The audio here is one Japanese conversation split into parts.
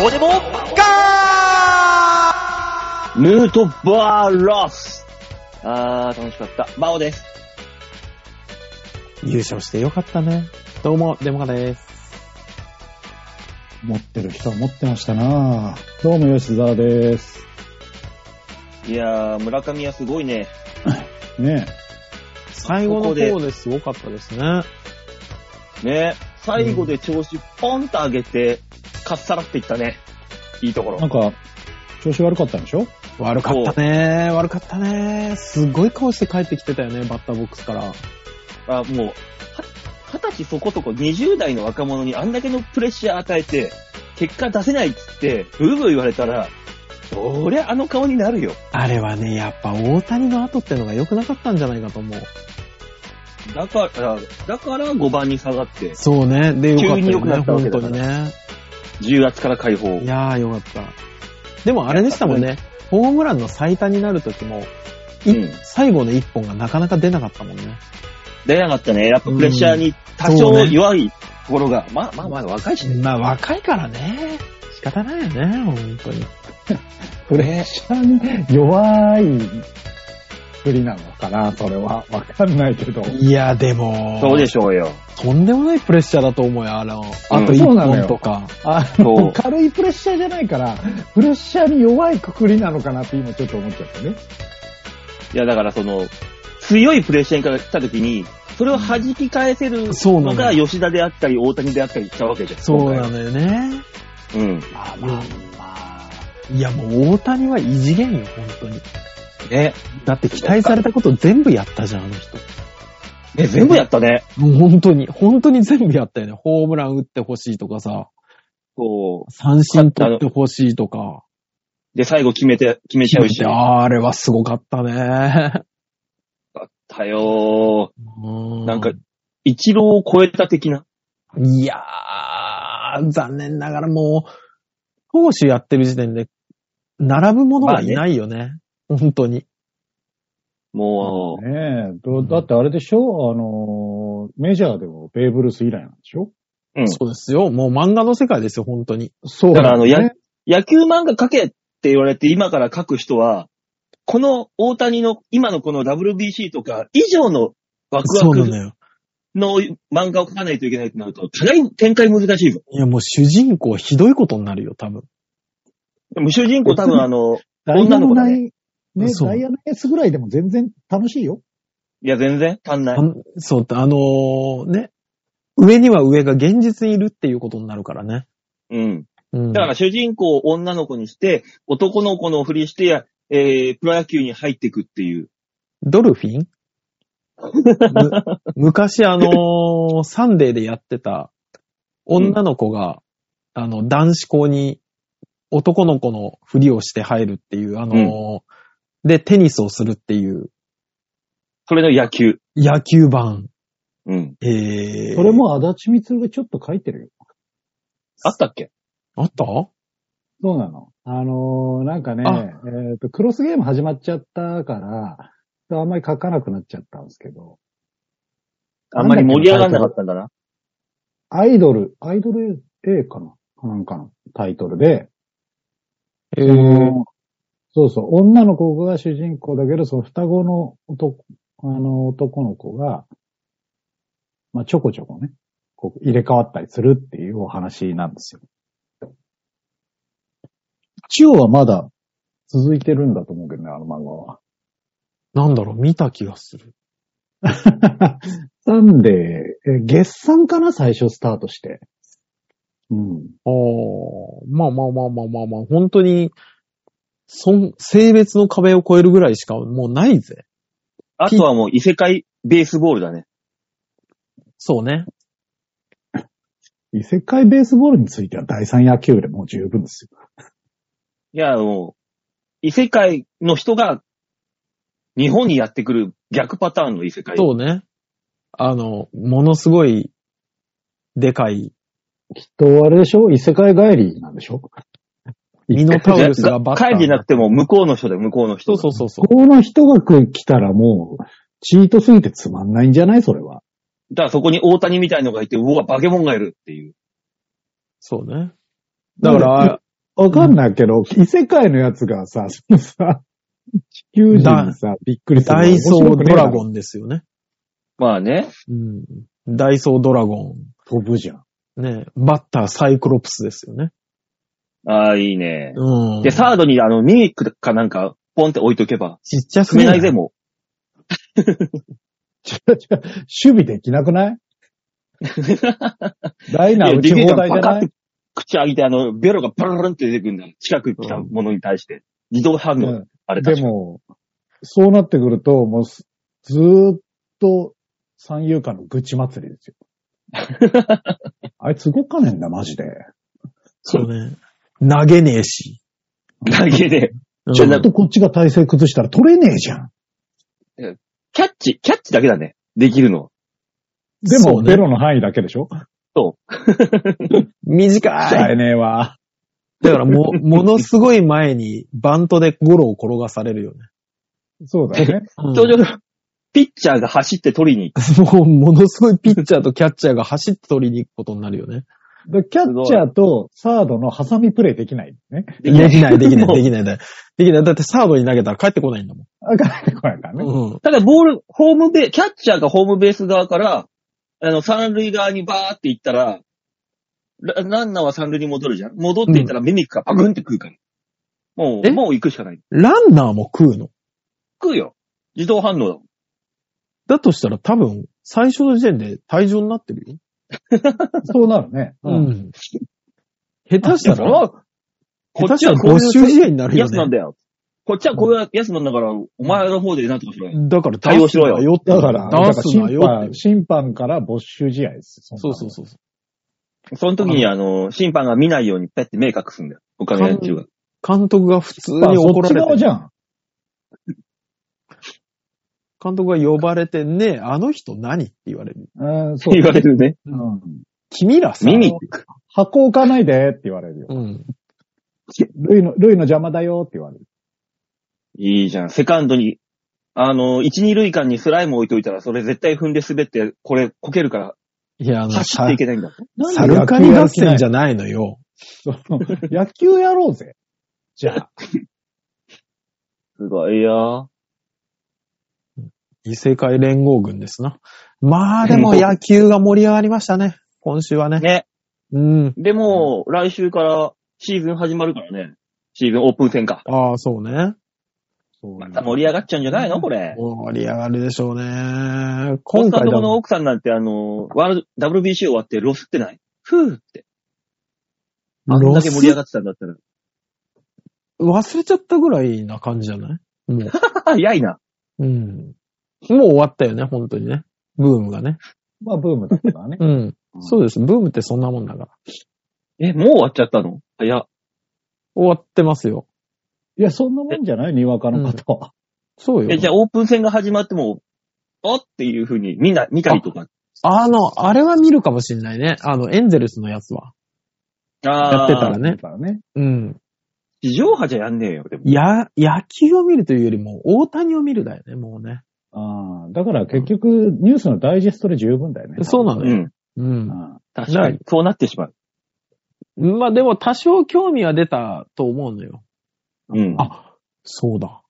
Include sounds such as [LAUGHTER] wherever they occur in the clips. どうでもガーヌートバーロスあー、楽しかった。バオです。優勝してよかったね。どうも、デモカです。持ってる人は持ってましたなぁ。どうも吉沢です。いやー、村上はすごいね。ね最後のここで方ですごかったですね。ね最後で調子ポンと上げて、かっさらっていったね。いいとこえ、なろん。か、調子悪かったんでしょ悪かったね。悪かったね。すごい顔して帰ってきてたよね、バッターボックスから。あ、もう、は二十歳そこそこ20代の若者にあんだけのプレッシャー与えて、結果出せないっつって、ブーブー言われたら、そりゃあの顔になるよ。あれはね、やっぱ大谷の後ってのが良くなかったんじゃないかと思う。だから、だから5番に下がって、そうね。で、よかったよ、ね。急に良くなったわけだから本当にね。 10月から解放い。やー、よかった。でもあれでしたもんね。ホームランの最多になる時も、いうん最後の一本がなかなか出なかったもんね。出なかったね。やっぱプレッシャーに多少弱いところが、まあまあまあ若いしね。まあ若いからね。仕方ないよね、本当に。プレッシャーに弱い振りなのかなそれは。わかんないけど。いや、でも、そうでしょうよ。とんでもないプレッシャーだと思うよ、あの、あとうん一そうなの本よとか。あそうの、軽いプレッシャーじゃないから、プレッシャーに弱いくくりなのかなって今ちょっと思っちゃったね。いやだからその、強いプレッシャーにかかった時に、それを弾き返せるそうなののが吉田であったり大谷であったりしたわけじゃん。そうなのよね。今回は。うん。まあまあいや、もう大谷は異次元よ、本当に。ね。だって期待されたこと全部やったじゃん、あの人。ね、全部やったね。もう本当に、本当に全部やったよね。ホームラン打ってほしいとかさ、そ三振取ってほしいとか。う。で、最後決めて、決めちゃうし。あっあーあれはすごかったね。たよー。ななんか、一郎を超えた的な。いやー、残念ながらもう、投手やってる時点で、並ぶものはいないよね。本当に。もう、ねえどだってあれでしょあのー、メジャーでもベーブ・ルース以来なんでしょうんそうですよ。もう漫画の世界ですよ、本当に。そうだからあの、ねや、野球漫画描けって言われて今から描く人は、この大谷の今のこの WBC とか以上のワクそワうなクのよ。の漫画を描かないといけないとなると、かなり展開難しいぞ。いや、もう主人公ひどいことになるよ、多分。でも主人公多分あ [LAUGHS] の、ダイ女ヤの子のだなねい、ね、そうダイヤの S ぐらいでも全然楽しいよ。いや全然足んないあ。んそう、あのーね。上には上が現実にいるっていうことになるからね。うん。うん。だから主人公を女の子にして、男の子のふりしてや、えー、プロ野球に入っていくっていう。ドルフィンむ [LAUGHS] 昔あのーサンデーでやってた女の子が、あの、男子校に男の子のふりをして入るっていう、あのーで、テニスをするっていうそれの野球。野球版。うん。えー、それも足立みつるがちょっと書いてるよ。あったっけあったそうなの。あのーなんかね、あえっ、と、クロスゲーム始まっちゃったから、あんまり書かなくなっちゃったんですけど、あんまり盛り上がんなかったんだな。アイドル、アイドル A かなかなんかのタイトルで、えあのそうそう、女の子が主人公だけど、その双子の男、あの男の子が、まあ、ちょこちょこね、こう入れ替わったりするっていうお話なんですよ。一応はまだ続いてるんだと思うけどね、あの漫画は。なんだろう、見た気がする。サンデー、え月産かな最初スタートして。うん。あーまあまあまあまあまあまあ、本当に、そん、性別の壁を越えるぐらいしかもうないぜ。あとはもう異世界ベースボールだね。そうね。異世界ベースボールについては第三野球でもう十分ですよ。いや、もう、異世界の人が日本にやってくる逆パターンの異世界。そうね。あの、ものすごい、でかい、きっとあれでしょ異世界帰りなんでしょミノタウルスがバッター。会議なくても向こうの人だよ、向こうのそ人。うそうそうそここの人が来たらもう、チートすぎてつまんないんじゃないそれは。だからそこに大谷みたいのがいて、うわ、バケモンがいるっていう。う。そうね。だから、わかんないけど、異世界のやつがさ、そのさ、地球人にさ、びっくりする。ダイソードラゴン。ンですよね。まあね。うん。ダイソードラゴ飛ぶじゃん。ン。ね。バッターサイクロプスですよね。ああ、いいね。うん。で、サードにあの、ミークかなんか、ポンって置いとけば、ちっちゃす組ぎめなないいぜ、もちょちょ守備できなくないダイう。いナや、ーディ打ちフェンダ放題ーじパカゃなって [LAUGHS] い口開いて、あの、ベロがバラバランって出てくるんだよ。近く来たものに対して。自動反う応ん。あれで確 [LAUGHS] かも、そうなってくると、もうす、ずーっと三遊間の愚痴祭りで [LAUGHS] すよ。あいつ動かねえんだ、マジで。そうね。投げねえし。投げで。うんちょなちょっとこっちが体勢崩したら取れねえじゃん。キャッチ、キャッチだけだね。できるの。でそも、うねベロの範囲だけでしょ短使い。えねえわ。だからもう、 [LAUGHS] ものすごい前にバントでゴロを転がされるよね。そうだよね。うん通常、ピッチャーが走って取りに行く。もう、ものすごいピッチャーとキャッチャーが走って取りに行くことになるよね。でキャッチャーとサードの挟みプレイできないね。できない、でき [LAUGHS] なもい、うできない。できない。だってサードに投げたら帰ってこないんだもん。あ、かってこないからね。うん。ただボール、ホームベー、キャッチャーがホームベース側から、あの、三塁側にバーって行ったら、ラランナーは三塁に戻るじゃん戻っていったらミミックがパクンって食うから。もう、えもう行くしかない。ランナーも食うの。食うよ。自動反応だもん。だとしたら多分、最初の時点で退場になってるよ。そうなるね。ん。下手したいやら、こ下っ手しちたはらこう没収い試う合になるよやつなんね。だよ。こっちはこういうやつなんだから、お前の方でなんとかしろよ。だから対応しろよ出すなよって。だから、だから出すな審よっ判、て。審判から没収試合です。そんなそのうそうそうそう。その時に、あの、審判が見ないようにペッて目隠すんだよ。他のやつが。監督が普通まあにそ怒っらちれ側てじ、ゃん。監督が呼ばれて、ねえ、あの人何って言われる。うん、そう。言われるね。うん。君らさ、ミミック。箱置かないでって言われるよ。うん。ルイの、ルイの邪魔だよって言われる。いいじゃん。セカンドに、あの、一、二塁間にスライム置いといたら、それ絶対踏んで滑って、これ、こけるから、いや、あの、走っていけないんだ。サルカニ合戦じゃないのよ。その野球やろうぜ。じゃあ。すごいよ。異世界連合軍ですな。まあでも野球が盛り上がりましたね。今週はね。ね。うん。でも、来週から、シーズン始まるからね。シーズンオープン戦か。ああ、そうね。そうまた盛り上がっちゃうんじゃないのこれ。盛り上がるでしょうね。コンサート今回だのもん奥さんなんて、あの、ワールド、WBC 終わってロスってない。ふーって。あんロだスけ盛り上がってたんだったら。忘れちゃったぐらいな感じじゃないも [LAUGHS] 早いな。う。うん。もう終わったよね、本当にね。ブームがね。まあ、ブームだからね。うん。そうです。ブームってそんなもんだから。え、もう終わっちゃったの早っ。終わってますよ。 [LAUGHS] いや、そんなもんじゃないにわかの方は。そうえ、じゃよ。あオープン戦が始まっても、あっていう風に、みんな見たりとか。あの、あれは見るかもしれないね。あの、エンゼルスのやつは。あやってたらね。ねだ。からね。うん。地上波じゃやんねえよ、でも。や、野球を見るというよりも、大谷を見るだよね、もうね。ああ、だから結局、ニュースのダイジェストで十分だよね。そうなのうよ。ん。うん。ああ確かに。そうなってしまう。まあでも、多少興味は出たと思うのよ。うん。あそうだ。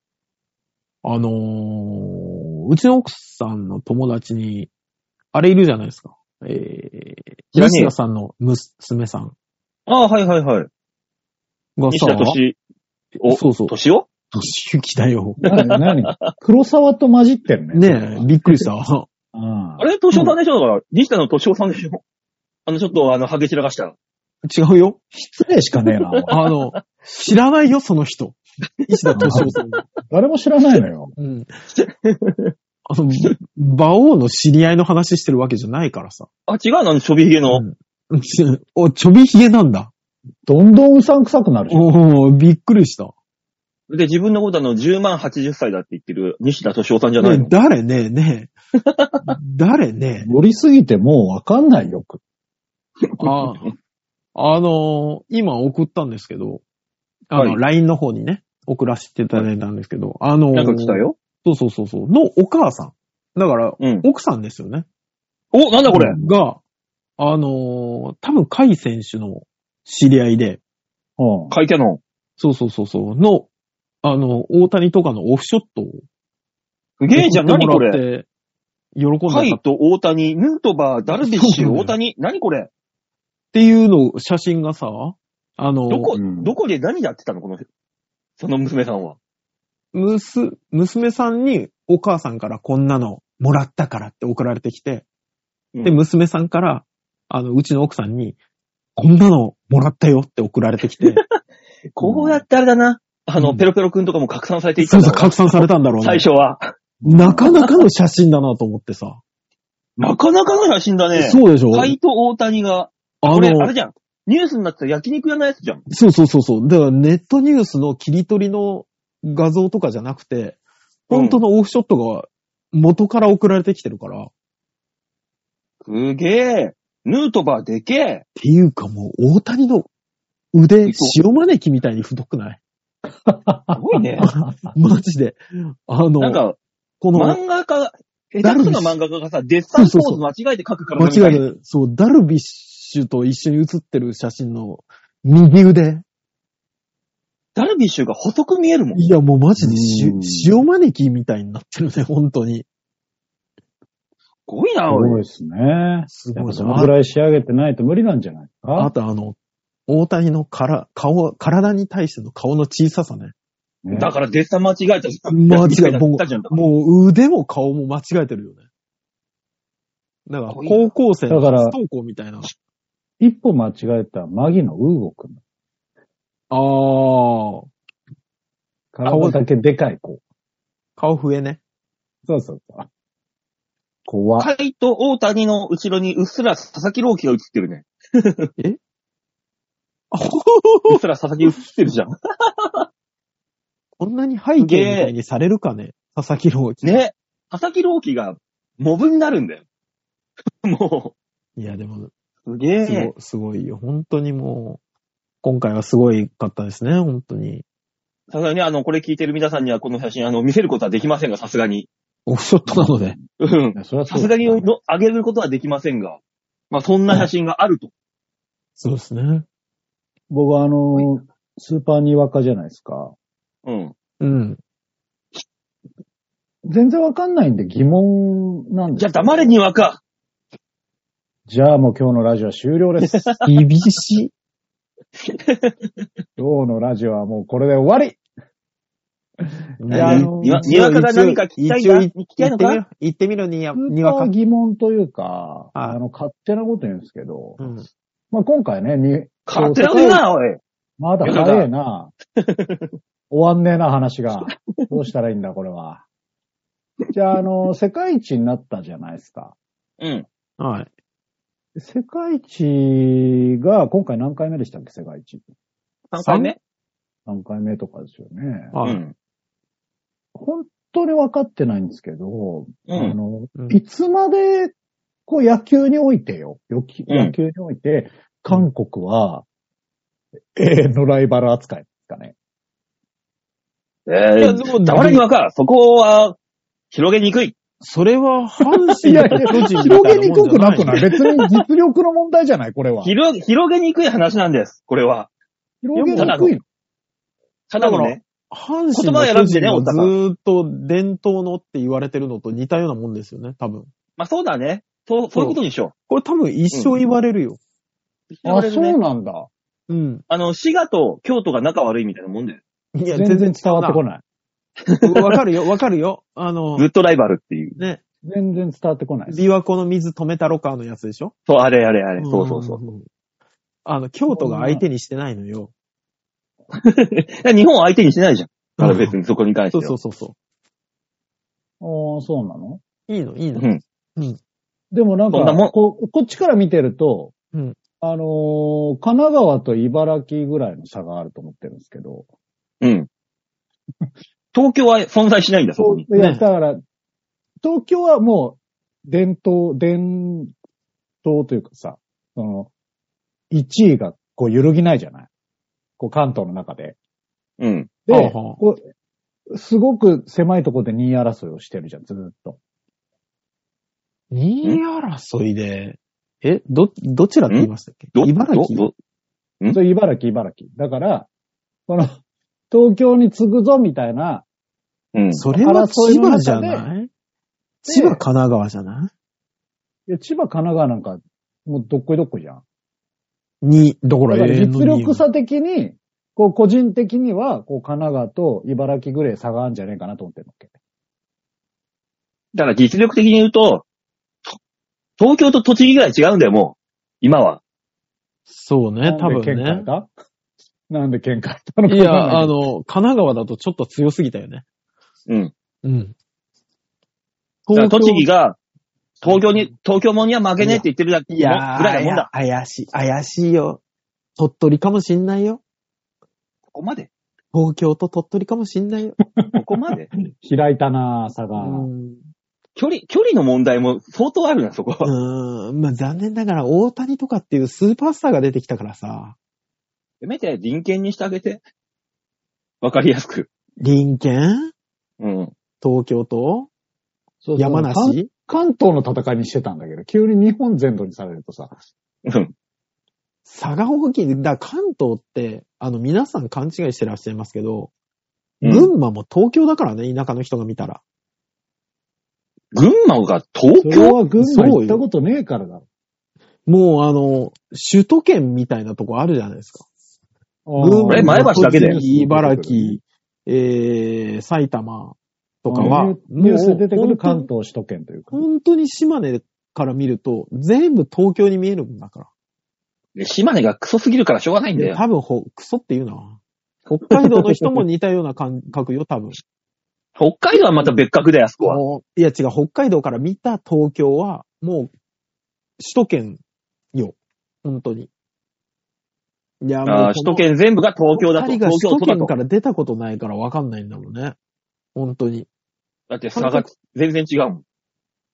あのー、うちの奥さんの友達に、あれいるじゃないですか。え知ー、らねえ西田さんの娘さんああ、はいはいはい。が西さ田、敏、お、そうそう、敏夫年行きだよ。な何黒沢と混じってるね。ねえ、びっくりした。 [LAUGHS] ああれ敏夫さんでしょだから、西田の敏夫さんでしょあの、ちょっと、あの、ハゲ散らかした。違うよ。失礼しかねえな。お前あの、知らないよ、その人。西田敏夫 [LAUGHS] さん。誰も知らないのよ。うん。あの、馬王の知り合いの話してるわけじゃないからさ。あ、違うな、あの、ちょびひげの。うん [LAUGHS] お、ちょびひげなんだ。どんどんうさんくさくなるじゃん。おー、びっくりした。で、自分のことあの、10万80歳だって言ってる西田敏夫さんじゃないねの。誰ねね [LAUGHS] 誰ね乗りすぎてもうわかんないよ。くああのー今送ったんですけど、あの、はい LINE の方にね、送らせていただいたんですけど、あのーなんか来たよ。そうそうそうそう、のお母さん。だから、うん。奥さんですよね。お、なんだこれ。が、あのー多分、甲斐選手の知り合いで、うん。書いてあるの。そうそうそうそう。の、あの、大谷とかのオフショットを。すげえじゃん、何これ。れ。喜んでたカっイと大谷、ヌートバー、ダルビッシュ、大谷、何これていうの、写真がさ、あの、どこ、うんどこで何やってたのこの、その娘さんは。むす、娘さんにお母さんからこんなのもらったからって送られてきて、うんで、娘さんから、あの、うちの奥さんに、こんなのもらったよって送られてき [LAUGHS] て、こうやってあれだな。あの、うんペロペロくんとかも拡散されていったそんうだそう、ろう拡散されたんだろう最ね。初は。なかなかの写真だなと思ってさ。なかなかの写真だね。そうでしょカイと大谷が、あこれ、あのれ、じゃん。ニュースになってた焼肉屋のやつじゃん。そうそうそうそう。だからネットニュースの切り取りの画像とかじゃなくて、本当のオフショットが元から送られてきてるから、っすげえ。ヌートバーでけえ。ていうかもう大谷の腕、塩招きみたいに太くないすごいね。マジで。あの、なんか、この、間漫画家、下ダ手ルくビそッシュな漫画家がさ、デッサンポそうーそうズそ間違えて描くから違いなく、そう、ダルビッシュと一緒に写ってる写真の右腕。ダルビッシュが細く見えるもん。いや、もうマジでうん塩、塩招きみたいになってるね、本当に。すごいな、すごおいい。ですね。すやっごぱいそのぐな。らい仕上げてないと無理なんじゃないああかとあの、大谷のから、顔、体に対しての顔の小ささね。ねだからデッサン間違えた。間違えた。もうじゃん。もう腕も顔も間違えてるよね。だから、高校生のだから初登校みたいな。一歩間違えたマギのウーゴ君。あー、体だけでかい子。顔増えね。 [LAUGHS] そうそうそう。怖カイと大谷の後ろにうっすら佐々木朗希が映ってるね。あほほうほっすら佐々木映ってるじゃん。こんなに背景みたいにされるかね佐々木朗希。。ね。佐々木朗希がモブになるんだ [LAUGHS] よ。もいや、でも、う、すげすえ。ごすごいよ。本当にもう、今回はすごいかったですね、本当に。さすがにあの、これ聞いてる皆さんにはこの写真、あの、見せることはできませんが、さすがに。オフショットなので。うん。い。それはさすがにのあげることはできませんが。まあ、そんな写真があると。そうですね。僕はあの、スーパーにわかじゃないですか。うん。うん。全然わかんないんで疑問なんですじゃあ、黙れにわか。じゃあもう今日のラジオは終了 [LAUGHS] です。厳しい。今日のラジオはもうこれで終わりいいやあのにわにわかが何か聞きたいんだ聞きたいのかよ。言ってみろ、にわにスーわパかー。疑問というか、はいあの、勝手なこと言うんですけど、うん。まあ今回ね、に勝手なことな、おい。まだ早えな。終わんねえな、話が。どうしたらいいんだ、これは。じゃあ、あの、世界一になったじゃないですか。うん。はい。世界一が、今回何回目でしたっけ、世界一。 3回目何回目とかですよね。うはい。ん。本当に分かってないんですけうど、あん。の、うんいつまで、こう野球においてよ。よきうん野球において、韓国は、永遠のライバル扱いですかね。いえや、ー、でも、黙れにわか。そこは、広げにくい。それは、阪い神やいとや、巨人み広たげいなにもくんじくゃなないくない別に実力の問題じゃないこれは。広げ、広げにくい話なんです。これは。広げにくいの。ただのだからね。阪神言葉を選んの巨で人ねはずーっと伝統のって言われてるのと似たようなもんですよね、多分。まあそうだね。そう、そういうことにしよこれ多分一生言われるよ。う。あ、そうね。なんだ。うん。あの、滋賀と京都が仲悪いみたいなもんだよ。いや、全然伝わってこなない。い。わかるよ、わかるよ。あのず、っとライバルっていう。ね、全然伝わってこない。琵琶湖の水止めたろかのやつでしょそう、あれあれあれ。そうそうそう。う。あの、京都が相手にしてないのよ。日本を相手にしないじゃん。ただ別にそこに関してそうは。そうそうそあーそうなのう。いいの、いいの。うん。でもなんかそんなもんこ、こっちから見てると、うんあのー神奈川と茨城ぐらいの差があると思ってるんですけど、うん。東京は存在しないんだ、そこに。いや、ねだから、東京はもう、伝統、伝統というかさ、その、1位がこう揺るぎないじゃないこう関東の中で。うん。で、はあはあこうすごく狭いところで2位争いをしてるじゃん、ずーっと。 2位争いで、え、ど、どちらって言いましたっけど、茨城ど、んそれ茨城、茨城。だから、この、東京に継ぐぞみたいな、うん。それは千葉じゃないで千葉、神奈川じゃないや、千葉、神奈川なんか、もうどっこいどっこいじゃん。に、だかだらか永ら遠の実二位力差的に、こう、個人的には、こう、神奈川と茨城ぐらい差があるんじゃねえかなと思ってるわけ。だから実力的に言うと、と東京と栃木ぐらい違うんだよ、もう。今は。そうね、多なんで分喧嘩ねい。た [LAUGHS] なんで喧嘩いたのかいや、あの、の、神奈川だとちょっと強すぎたよね。うん。うん。だから栃木が、東京に、東京もんには負けねえって言ってるだけいやーぐらいのもんだ。いや怪しい、怪しいよ。鳥取かもしんないよ。ここまで東京と鳥取かもしんないよ。ここまで開いたな差うが。ん。距離、距離の問題も相当あるな、そこは。うん。まあ残念ながら大谷とかっていうスーパースターが出てきたからさ、せめて、臨県にしてあげて。わかりやすく。林県うん。東京とそうそう山梨関関東の戦いにしてたんだけど、急に日本全土にされるとさ、うん。佐賀大きい。だから関東って、あの皆さん勘違いしてらっしゃいますけど、うん群馬も東京だからね、田舎の人が見たら。群馬が東それ京は群馬行ったことねえからだろ。もうあの、首都圏みたいなとこあるじゃないですか。んえ前橋だけで栃木茨城、えー、埼玉とかは、ニもュうーニュースで出てくる関本東首都圏というか当。に本当に島根から見ると、全部東京に見えるんだかで島根がクソすぎるからしょうがないんだら。よ。多分ほ、クソって言うな。北海道の人も似たような感覚よ、多分。北海道はまた別格だよ、あそこは。もういや違う、北海道から見た東京は、もう、首都圏よ。本当に。いや、もうこあのー首都圏全部が東京だと。二人が東京首都都だ圏とか。ら出たことないから分かんないんだろうね。本当に。だって差が全然違うも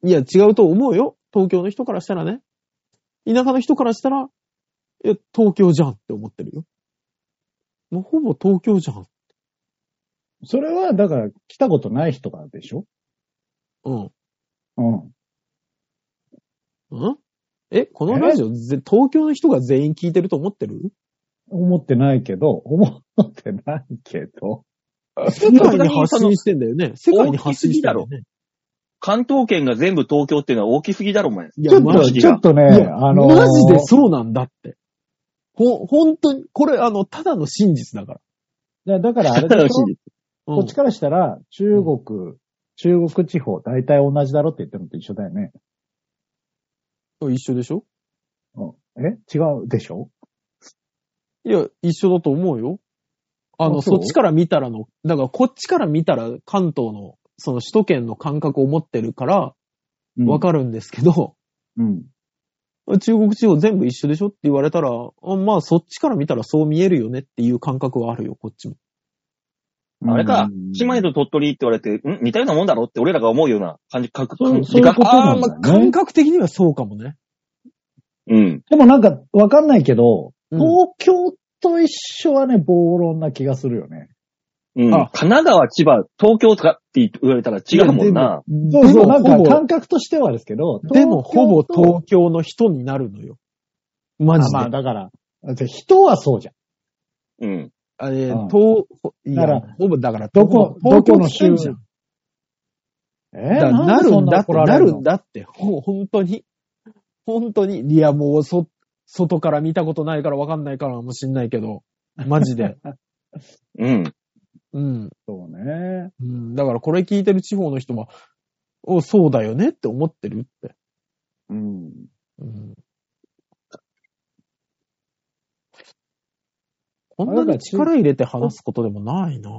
ん。いや、違うと思うよ。東京の人からしたらね。田舎の人からしたら、いや、東京じゃんって思ってるよ。もうほぼ東京じゃん。それは、だから、来たことない人からでしょうん。うん。うんえ、このラジオ、ぜ東京の人が全員聞いてると思ってる思ってないけど、思ってないけど。世界に発信してんだよね。世界に発信してんだよね。関東圏が全部東京っていうのは大きすぎだろ、お前。いちょや、っマと、ジで。でちょっとね、いやあのーマジでそうなんだって。ほ、本当に、これ、あの、ただの真実だから。いやだからあれでしょうんこっちからしたら、中国、中国地方、大体同じだろって言ってるのと一緒だよね。一緒でしょうん、え違うでしょいや、一緒だと思うよ。あの、あそそうっちから見たらの、だからこっちから見たら関東の、その首都圏の感覚を持ってるから、わかるんですけど、うん。中国地方全部一緒でしょって言われたら、あまあそっちから見たらそう見えるよねっていう感覚はあるよ、こっちも。うんあれか、島根と鳥取って言われて、ん似たようなもんだろって俺らが思うような感じ、感そう感そういうことあなーんまだあよね感。覚的にはそうかもね。うん。でもなんか、わかんないけど、うん東京と一緒はね、暴論な気がするよね。うん。神あ奈川、千葉、東京とかって言われたら違うもんな。でそうそう、なんかほぼ感覚としてはですけど、でもほぼ東京と東京の人になるのよ。マジで。あまあだから、だって人はそうじゃん。うん。あれ、うん東、いやだからほぼだから、どこ東京どこの近いじゃんえだからなるんだって、なるんだ。だって、ほ、本当に。本当に。いや、もう、そ、外から見たことないからわかんないからもしんないけど、マジ [LAUGHS] で。うん。うん。そうね。うん、だから、これ聞いてる地方の人は、お、そうだよねって思ってるって。うん。うん。こんあなれだに力入れて話すことでもないな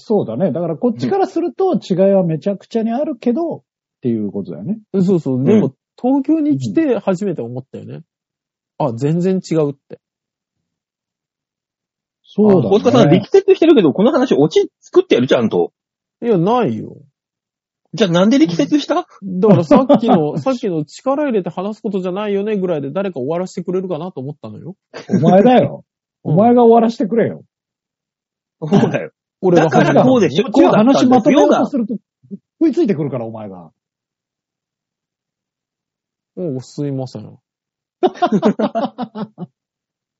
そうだね。だからこっちからすると違いはめちゃくちゃにあるけど、っていうことだよね。そうそう。でうも、東京に来て初めて思ったよね。あ、全然違うって。そうだね。大塚さん、力説してるけど、この話、オチ作ってやる、ちゃんと。いや、ないよ。じゃあなんで力説した [LAUGHS] だからさっき [LAUGHS] の、さっきの力入れて話すことじゃないよねぐらいで誰か終わらせてくれるかなと思ったのよ。お前だよ。お前が終わらせてくれよ。そうだよ。俺だがか初めてらこうでしょ。こうこうだった話んでますとめよようとが。すると、食いついてくるから、お前が。うんすいません。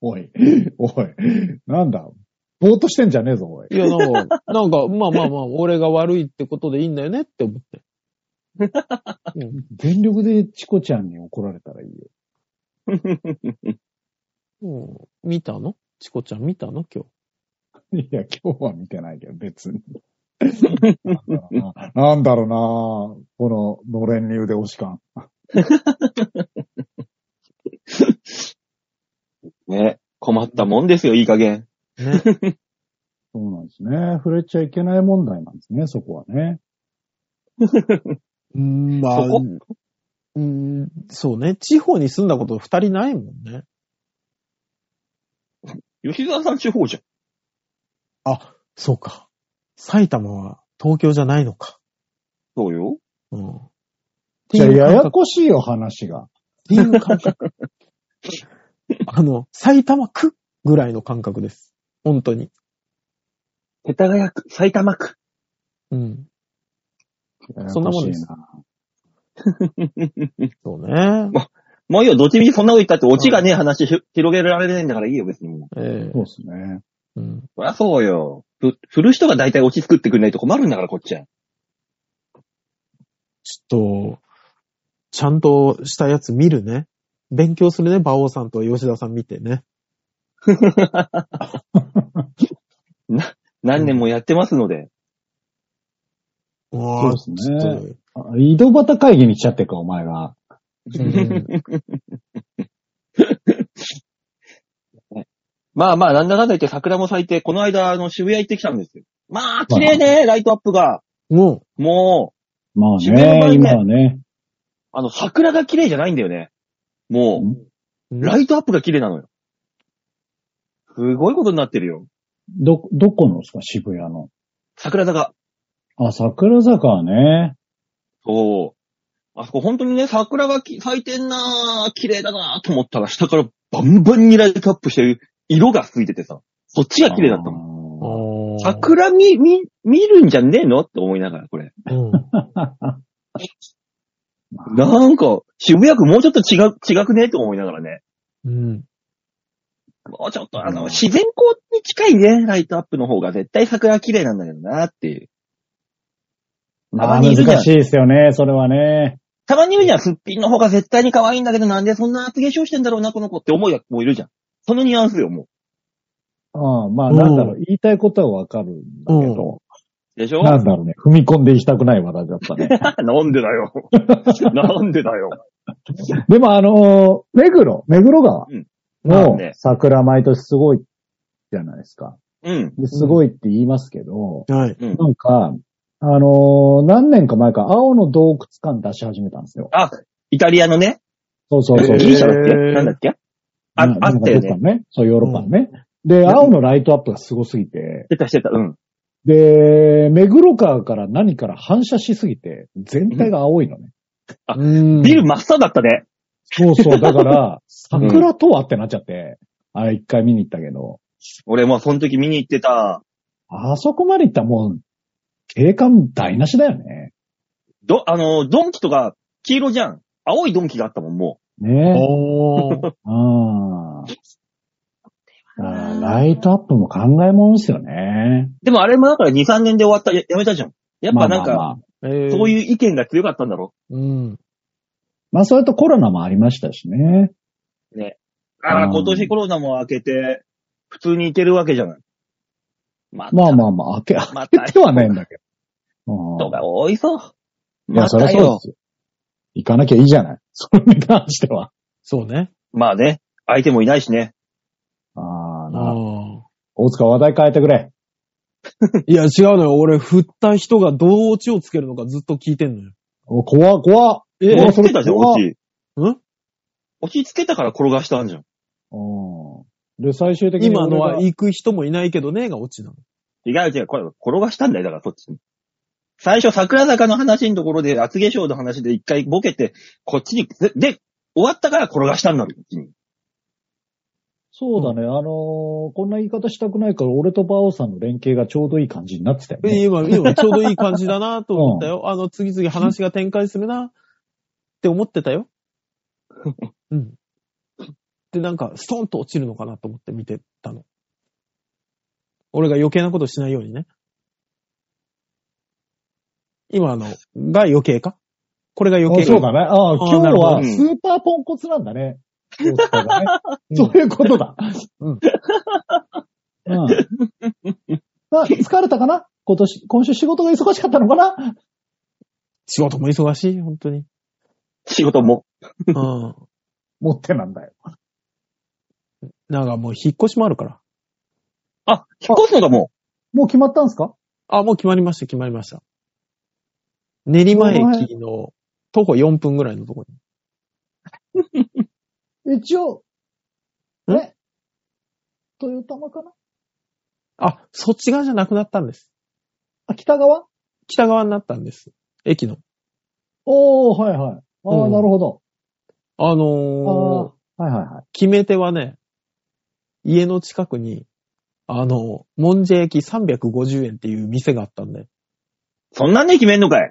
おい、 [LAUGHS] おい、なんだ、ぼーっとしてんじゃねえぞ、おい。いや、なんか、なんか、 [LAUGHS] まあまあまあ、俺が悪いってことでいいんだよねって思って。全力でチコちゃんに怒られたらいいよ。うん、見たのチコちゃん見たの今日。 [LAUGHS] いや、今日は見てないけど、別に。 [LAUGHS] なんだろうななんだろうなこの、のれんに腕押し感。ね。困ったもんですよ、いい加減。ね。そうなんですね。触れちゃいけない問題なんですね、そこはね。うん、まあ、そこうん、そうね。地方に住んだこと二人ないもんね。吉沢さん地方じゃん。そうか。埼玉は東京じゃないのか。そうよ。うん。じゃあ、っていうや感や覚こしいよ、話が。っていう感覚。あの、埼玉区ぐらいの感覚です。本当に。世田谷区、埼玉区。うん。ややそんなこもんしいですな。そうね。もういいよ、どっちみちそんなこと言ったって、オチがねえ話ひ広げられないんだからいいよ、別にもう。ええそうですね。うん。そりゃそうよ。ふ振る人が大体オチ作ってくれないと困るんだから、こっちは。ちょっと、ちゃんとしたやつ見るね。勉強するね、馬王さんと吉田さん見てね。何年もやってますので。うそうわでーすちょっとね。あ井戸端会議に来ちゃってるか、お前が。うん [LAUGHS] まあまあ、なんだかんだ言って桜も咲いて、この間、あの、渋谷行ってきたんですよ。まあ、綺麗ね、ライトアップが。 [LAUGHS] ももう、まあ締めの前ね、ね今はね。あの、桜が綺麗じゃないんだよね。もう、う、ライトアップが綺麗なのよ。すごいことになってるよ。ど、どこのですか、渋谷の。桜坂。あ、桜坂ね。そう。あそこ本当にね、桜がき咲いてんなぁ、綺麗だなぁと思ったら、下からバンバンにライトアップしてる色がついててさ、そっちが綺麗だったもん。あもん。ー桜見、見、見るんじゃねえのって思いながら、これ。うん。なんか、渋谷区もうちょっと違う、違くねえと思いながらね。うん。もうちょっと、あうの、ん自然光に近いね、ライトアップの方が絶対桜綺麗なんだけどなっていう。またまあにいる難じゃんしいですよね、それはね。たまに言うじゃん、すっぴんの方が絶対に可愛いんだけど、なんでそんな厚化粧してんだろうな、この子って思うやつもいるじゃん。そのニュアンスよ、もうん、まあうんなんだろう、言いたいことはわかるんだけど、う。でしょなんだろうね、踏み込んでいきたくない話題だったね。 [LAUGHS] なんでだよ。なんでだよ。でもあのー目黒、目黒川なんので桜毎年すごいじゃないですか。うん。ですごいって言いますけど、はい。うん。なんか、あのー何年か前から青の洞窟館出し始めたんですよ。あ、イタリアのね、そうそうそう。へーギリシャだっけ、えーなんだっけあ、うんあったよ。ヨーロねッ。パそう、ヨーロッパのね。で、青のライトアップがすごすぎて、してたしてた。うん。で、目黒川から何から反射しすぎて、全体が青いのね。あうんビル真っ青だったね。そうそう、[LAUGHS] だから、桜とはってなっちゃって、あれ一回見に行ったけど、俺もその時見に行ってた。あそこまで行ったらもう、景観台無しだよね。ど、あの、ドンキとか、黄色じゃん。青いドンキがあったもん、もねえ。おー。ああーライトアップも考えもんですよね。う。でもあれもだから2、3年で終わった、ややめたじゃん。やっぱなんか、まあまあまあそういう。いう意見が強かったんだろうん。まあ、それとコロナもありましたしね。だからうん今年コロナも明けて、普通に行けるわけじゃない。ままああ。まあまあ、開け、また開けてはないんだけ [LAUGHS] ど。人うが多いそう。ん。いや、そりゃそうですよ。行かなきゃいいじゃない。それに関しては。そうね。まあね、相手もいないしね。ああ、あな。ー大塚話題変えてくれ。いや、違うのよ。俺、振った人がどうオチをつけるのかずっと聞いてんのよ。お怖っ怖っええ、怖っつけたじゃん、怖オっチ。んオチつけたから転がしたんじゃん。うん。で、最終的に今俺のがは行く人もいないけどねがオチなの。違う違う、これ、転がしたんだよ、だからそっちに。最初、桜坂の話のところで、厚化粧の話で一回ボケて、こっちに、で、で終わったから転がしたんだろ、こっちに。そうだね。あのーこんな言い方したくないから、俺とバオさんの連携がちょうどいい感じになってたよね。今、 [LAUGHS] 今ちょうどいい感じだなと思ったよ。あの、次々話 [LAUGHS] が展開するなって思ってたよ。うん。でなんか、ストンと落ちるのかなと思って見てたの。俺が余計なことしないようにね。今あの、が余計かこれが余計あそうだね。ああ、今日なるほどはスーパーポンコツなん [LAUGHS] だね。そうだねそういうことだ。うん。うん。 [LAUGHS] あ疲れたかな今年、今週仕事が忙しかったのかな仕事も忙しい、本 [LAUGHS] 当に。仕事も。うん。持ってなんだよ。なんかもう引っ越しもあるから。あ、引っ越すのだももう決まったんですかあ、もう決まりました、決まりました。練馬駅の徒歩4分ぐらいのとこに。一応、んえトヨタマかなあ、そっち側じゃなくなったんです。あ、北側北側になったんです。駅の。おー、はいはい。ああ、うんなるほど。ああのーあ、はいはいはい。決め手はね、家の近くに、あの、モンジェ駅350円っていう店があったんで。ん。そんなんで決めんの [LAUGHS] かい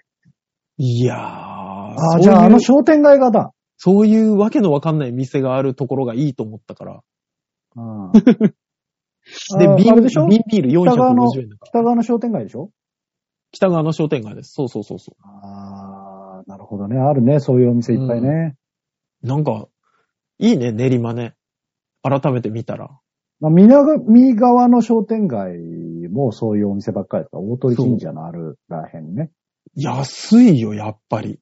いやー、あそうあ、いうじゃああの商店街がだ。そういうわけのわかんない店があるところがいいと思ったから。うん。で、あ瓶あれでしょ瓶ビール北側の450円だから。北側の商店街でしょ北側の商店街です。そうそうそうそああ、なるほどね。あるね。そういうお店いっぱいね。う。なんか、いいね、練馬ね。改めて見たら。まあ、南側の商店街もそういうお店ばっかりですから、大鳥神社のあるらへんね。安いよ、やっぱり。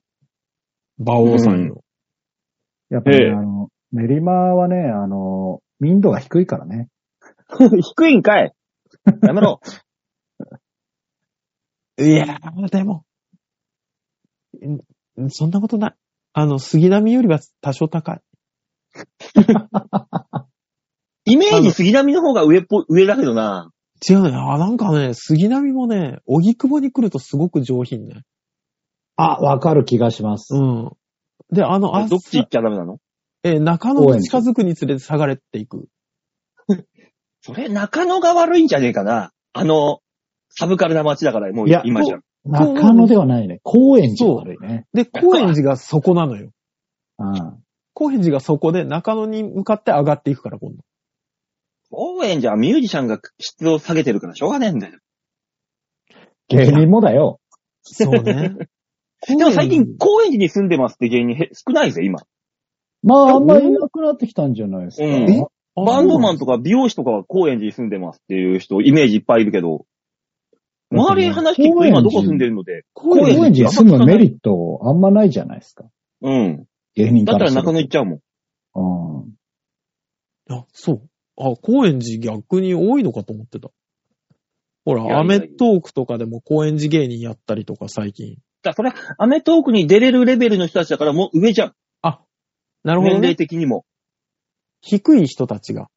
馬王さんよ。やっぱり、ええあの、練馬はね、あの、民度が低いからね。低いんかいやめろ。いやー、でも。んそんなことない。あの、杉並よりは多少高い。イメージ杉並の方が上っぽい、上だけどな。違うね。あ、なんかね、杉並もね、荻窪に来るとすごく上品ね。あ、わかる気がします。うん。で、あの、あどっち行っちゃダメなのえー中野に近づくにつれて下がれていく。それ、中野が悪いんじゃねえかな。あの、サブカルな街だから、もういや今じゃん。中野ではないね。高円寺が悪いね。で、高円寺がそこなのよ。うん。高円寺がそこで中野に向かって上がっていくから、今 [LAUGHS] 度。応援じゃミュージシャンが質を下げてるからしょうがねえんだよ。芸人もだよ。そうね。でも最近、高円寺に住んでますって芸人へ少ないぜ、今。まあ、あんまりいなくなってきたんじゃないですか。うんえバンドマンとと。か美容師とかは高円寺に住んでますっていう人、イメージいっぱいいるけど、周りに話聞くと今どこ住んでるので、高円寺に住むメリットあんまないじゃないですか。うん。芸人だかったららすると中野行っちゃうもん。うん。あ、そう。あ、高円寺逆に多いのかと思ってた。ほいやいやら、アメトークとかでも高円寺芸人やったりとか最近。だからそれ、アメトークに出れるレベルの人たちだからもう上じゃん。なるほ年ど齢ね。的にも。低い人たちが。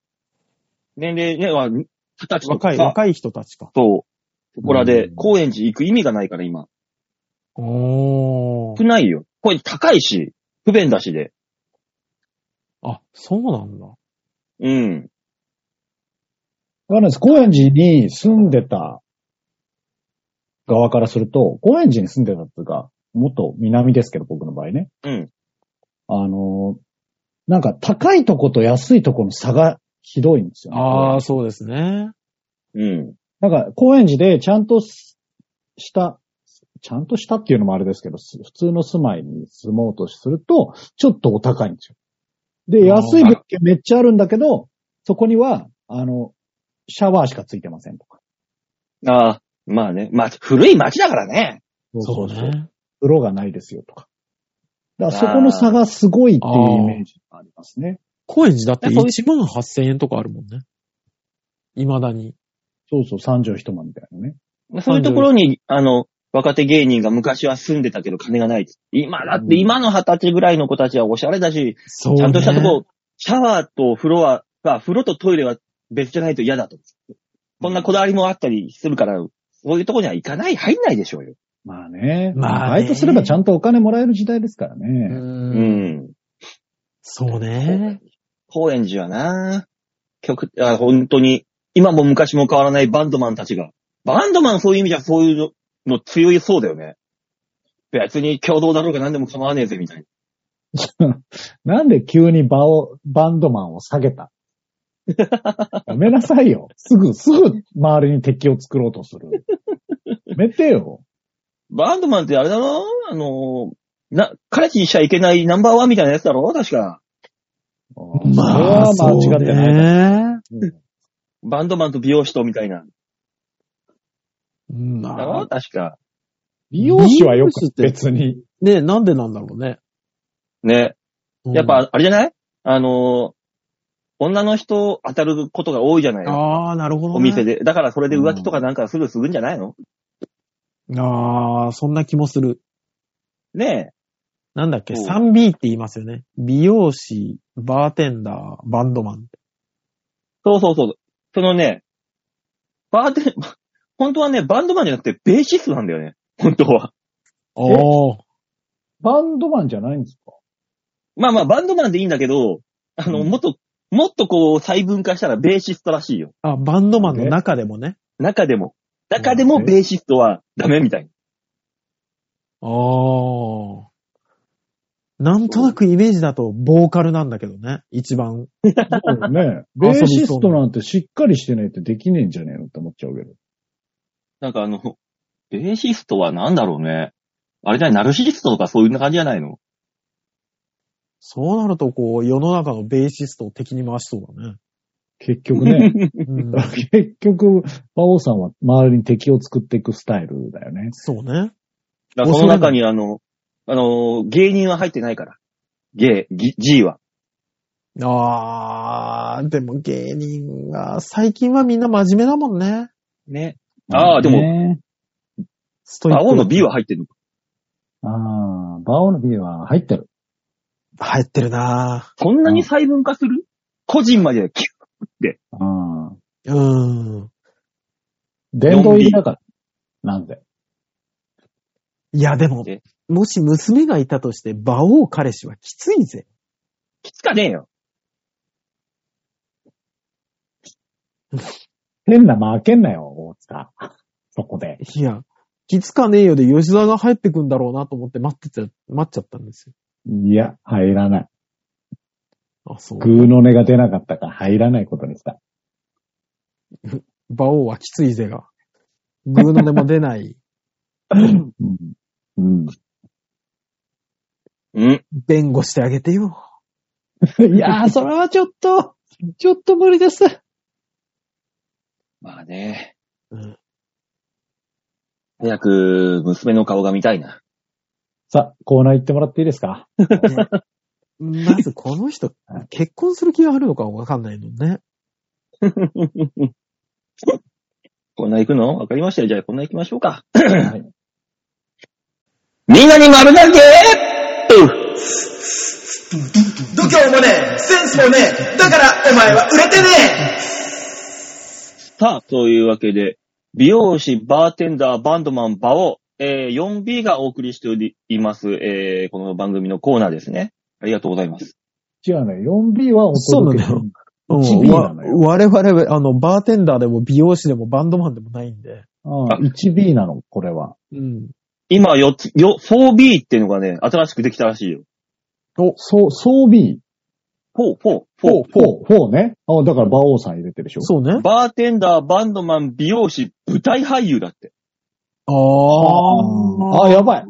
年齢ね、は、二十歳と若かい、さ、若い人たちか。そう。そこらでうん、高円寺行く意味がないから今。お少ー。ないよ。これ高いし、不便だしで。あ、そうなんだ。うん。わかんないです。高円寺に住んでた側からすると、高円寺に住んでたっていうか、もっと南ですけど、僕の場合ね。うん。あのー、なんか高いとこと安いとこの差がひどいんですよ、ね。あー、そうですね。うん。なんか高円寺でちゃんとすした、ちゃんとしたっていうのもあれですけど、す普通の住まいに住もうとすると、ちょっとお高いんですよ。で、あー安い物件めっちゃあるんだけど、そこには、あの、シャワーしかついてませんとか。ああ、まあね。まあ、古い街だからね。そうね。風呂がないですよとか。だからそこの差がすごいっていうイメージがありますね。高円寺だっていやそうい1万8000円とかあるもんね。未だに。そうそう、三畳一間みたいなね。そういうところに、あの、若手芸人が昔は住んでたけど金がないっつ。今、だって今の二十歳ぐらいの子たちはおしゃれだし、そう、ね。ちゃんとしたとこ、シャワーと風呂は、まあ、風呂とトイレは別じゃないと嫌だと。こんなこだわりもあったりするから、そういうとこには行かない、入んないでしょうよ。まあね。まあねバイトすればちゃんとお金もらえる時代ですからう。ね。うんん。そうね。高円寺はな、曲、あ本当に、今も昔も変わらないバンドマンたちが。バンドマンそういう意味じゃそういうのの強いそうだよね。別に共同だろうが何でも構わねえぜ、みたいな。なんで急にバを、バンドマンを下げ [LAUGHS] たやめなさいよ。すぐ、すぐ周りに敵を作ろうとする。やめてよ。バンドマンってあれだろあの、な、彼氏にしちゃいけないナンバーワンみたいなやつだろ確か。まあ、それは間違ってないな。ね。バンドマンと美容師とみたいな。だまろあ、確か。美容師はよくリンクスって別に。ねなんでなんだろうね。ね。うんやっ、ぱ、あれじゃないあの、女の人当たることが多いじゃないああ、なるほど、ね。お店で。だからそれで浮気とかなんかすぐするんじゃないのああ、そんな気もする。ねなんだっけ、そう 3B って言いますよね。美容師、バーテンダー、バンドマン。そうそうそう。そのね、バーテン、 [LAUGHS] 本当はね、バンドマンじゃなくてベーシストなんだよね。本当は。おー。バンドマンじゃないんですか [LAUGHS] まあまあ、バンドマンでいいんだけど、あの、うんもっと、もっとこう、細分化したらベーシストらしいよ。あ、バンドマンの中でもね。中でも。中でもうんベーシストはダメみたいな。おー。なんとなくイメージだと、ボーカルなんだけどね。一番。そうだね。ベ遊びそうなーシストなんてしっかりしてないとできねえんじゃねえのって思っちゃうけど。なんかあの、ベーシストはなんだろうね。あれじゃない、ナルシストとかそういう感じじゃないのそうなると、こう、世の中のベーシストを敵に回しそうだね。結局 [LAUGHS] ね。 [LAUGHS] うん、結局、馬王さんは周りに敵を作っていくスタイルだよね。そうね。だからその中にあの、あの、芸人は入ってないから。芸、G, G は。あー、でも芸人が、最近はみんな真面目だもんね。ね。あーでもねストイック青の B は入ってるのか。ああ、バオの B は入ってる。入ってるなそんなに細分化する個人までキュッああ。ぁ。うん。殿堂入りだから。なんで。いや、でもえ、もし娘がいたとして、馬王彼氏はきついぜ。きつかねえよ。変な負けんなよ、大塚。そこで。いや、きつかねえよで吉沢が入ってくんだろうなと思って待ってて、待っちゃったんですよ。いや、入らない。あ、そう。グーの音が出なかったから入らないことにした。馬王はきついぜが。グーの音も出ない。うん。うん。弁護してあげてよ。うん。いやー、それはちょっと、ちょっと無理です。まあね。うん。早く、娘の顔が見たいな。さあ、コーナー行ってもらっていいですか [LAUGHS] まずこの人、結婚する気があるのかわかんないのね。こんな行くのわかりましたよ。じゃあこんな行きましょうか。はいみんなに丸投げ度胸もねえ、センスもねえ、だからお前は売れてねえさあ、というわけで、美容師、バーテンダー、バンドマン、バオ、えー 4B がお送りしております、えーこの番組のコーナーですね。ありがとうございます。違うね。4B はお届けそうなのう品。ん1 B なわのよ我々は、あの、バーテンダーでも美容師でもバンドマンでもないんで。ああ 1B なの、これは。うん。今、4つ、よ 4B っていうのがね、新しくできたらしいよ。そう、そう B。 4、4、 4、4、4ね。あだから、馬王さん入れてるでしょ。そうね4。。バーテンダー、バンドマン、美容師、舞台俳優だって。あああ。あ、やばい。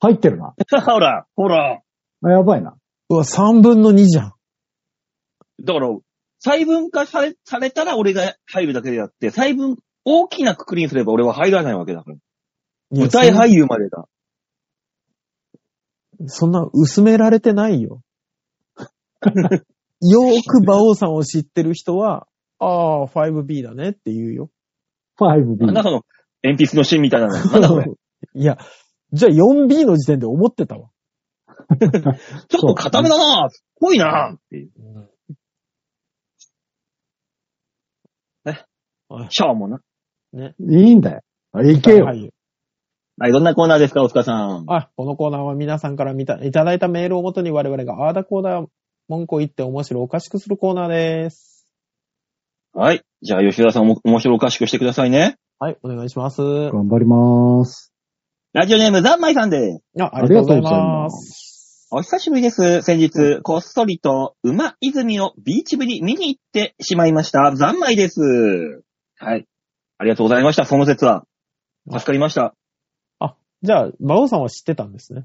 入ってるな。 [LAUGHS] ほら、ほら。あやばいな。うわ、3分の2じゃん。だから、細分化され、されたら俺が入るだけであって、細分、大きなくくりにすれば俺は入らないわけだから。いや舞台俳優までだ。そんな薄められてないよ。よーく馬王さんを知ってる人は、ああ、5B だねって言うよ。 5B。なんかその、鉛筆の芯みたい [LAUGHS] なの。なんだこれ。ちいや、じゃあ 4B の時点で思ってたわ。ょっと固めだな濃いなっていう。シャアもな。いいんだよ。あ行けよ舞台。俳優はい、どんなコーナーですか、大塚さん。あ、このコーナーは皆さんから見た、いただいたメールをもとに我々があーだこーだ文句を言って面白おかしくするコーナーです。はい。じゃあ、吉田さんも面白おかしくしてくださいね。はい、お願いします。頑張ります。ラジオネーム、ザンマイさんです。あありがとうございます。お久しぶりです。先日、こっそりと馬泉をビーチ部に見に行ってしまいました。残枚です。はい。ありがとうございました。その説は。助かりました。じゃあ、馬王さんは知ってたんですね。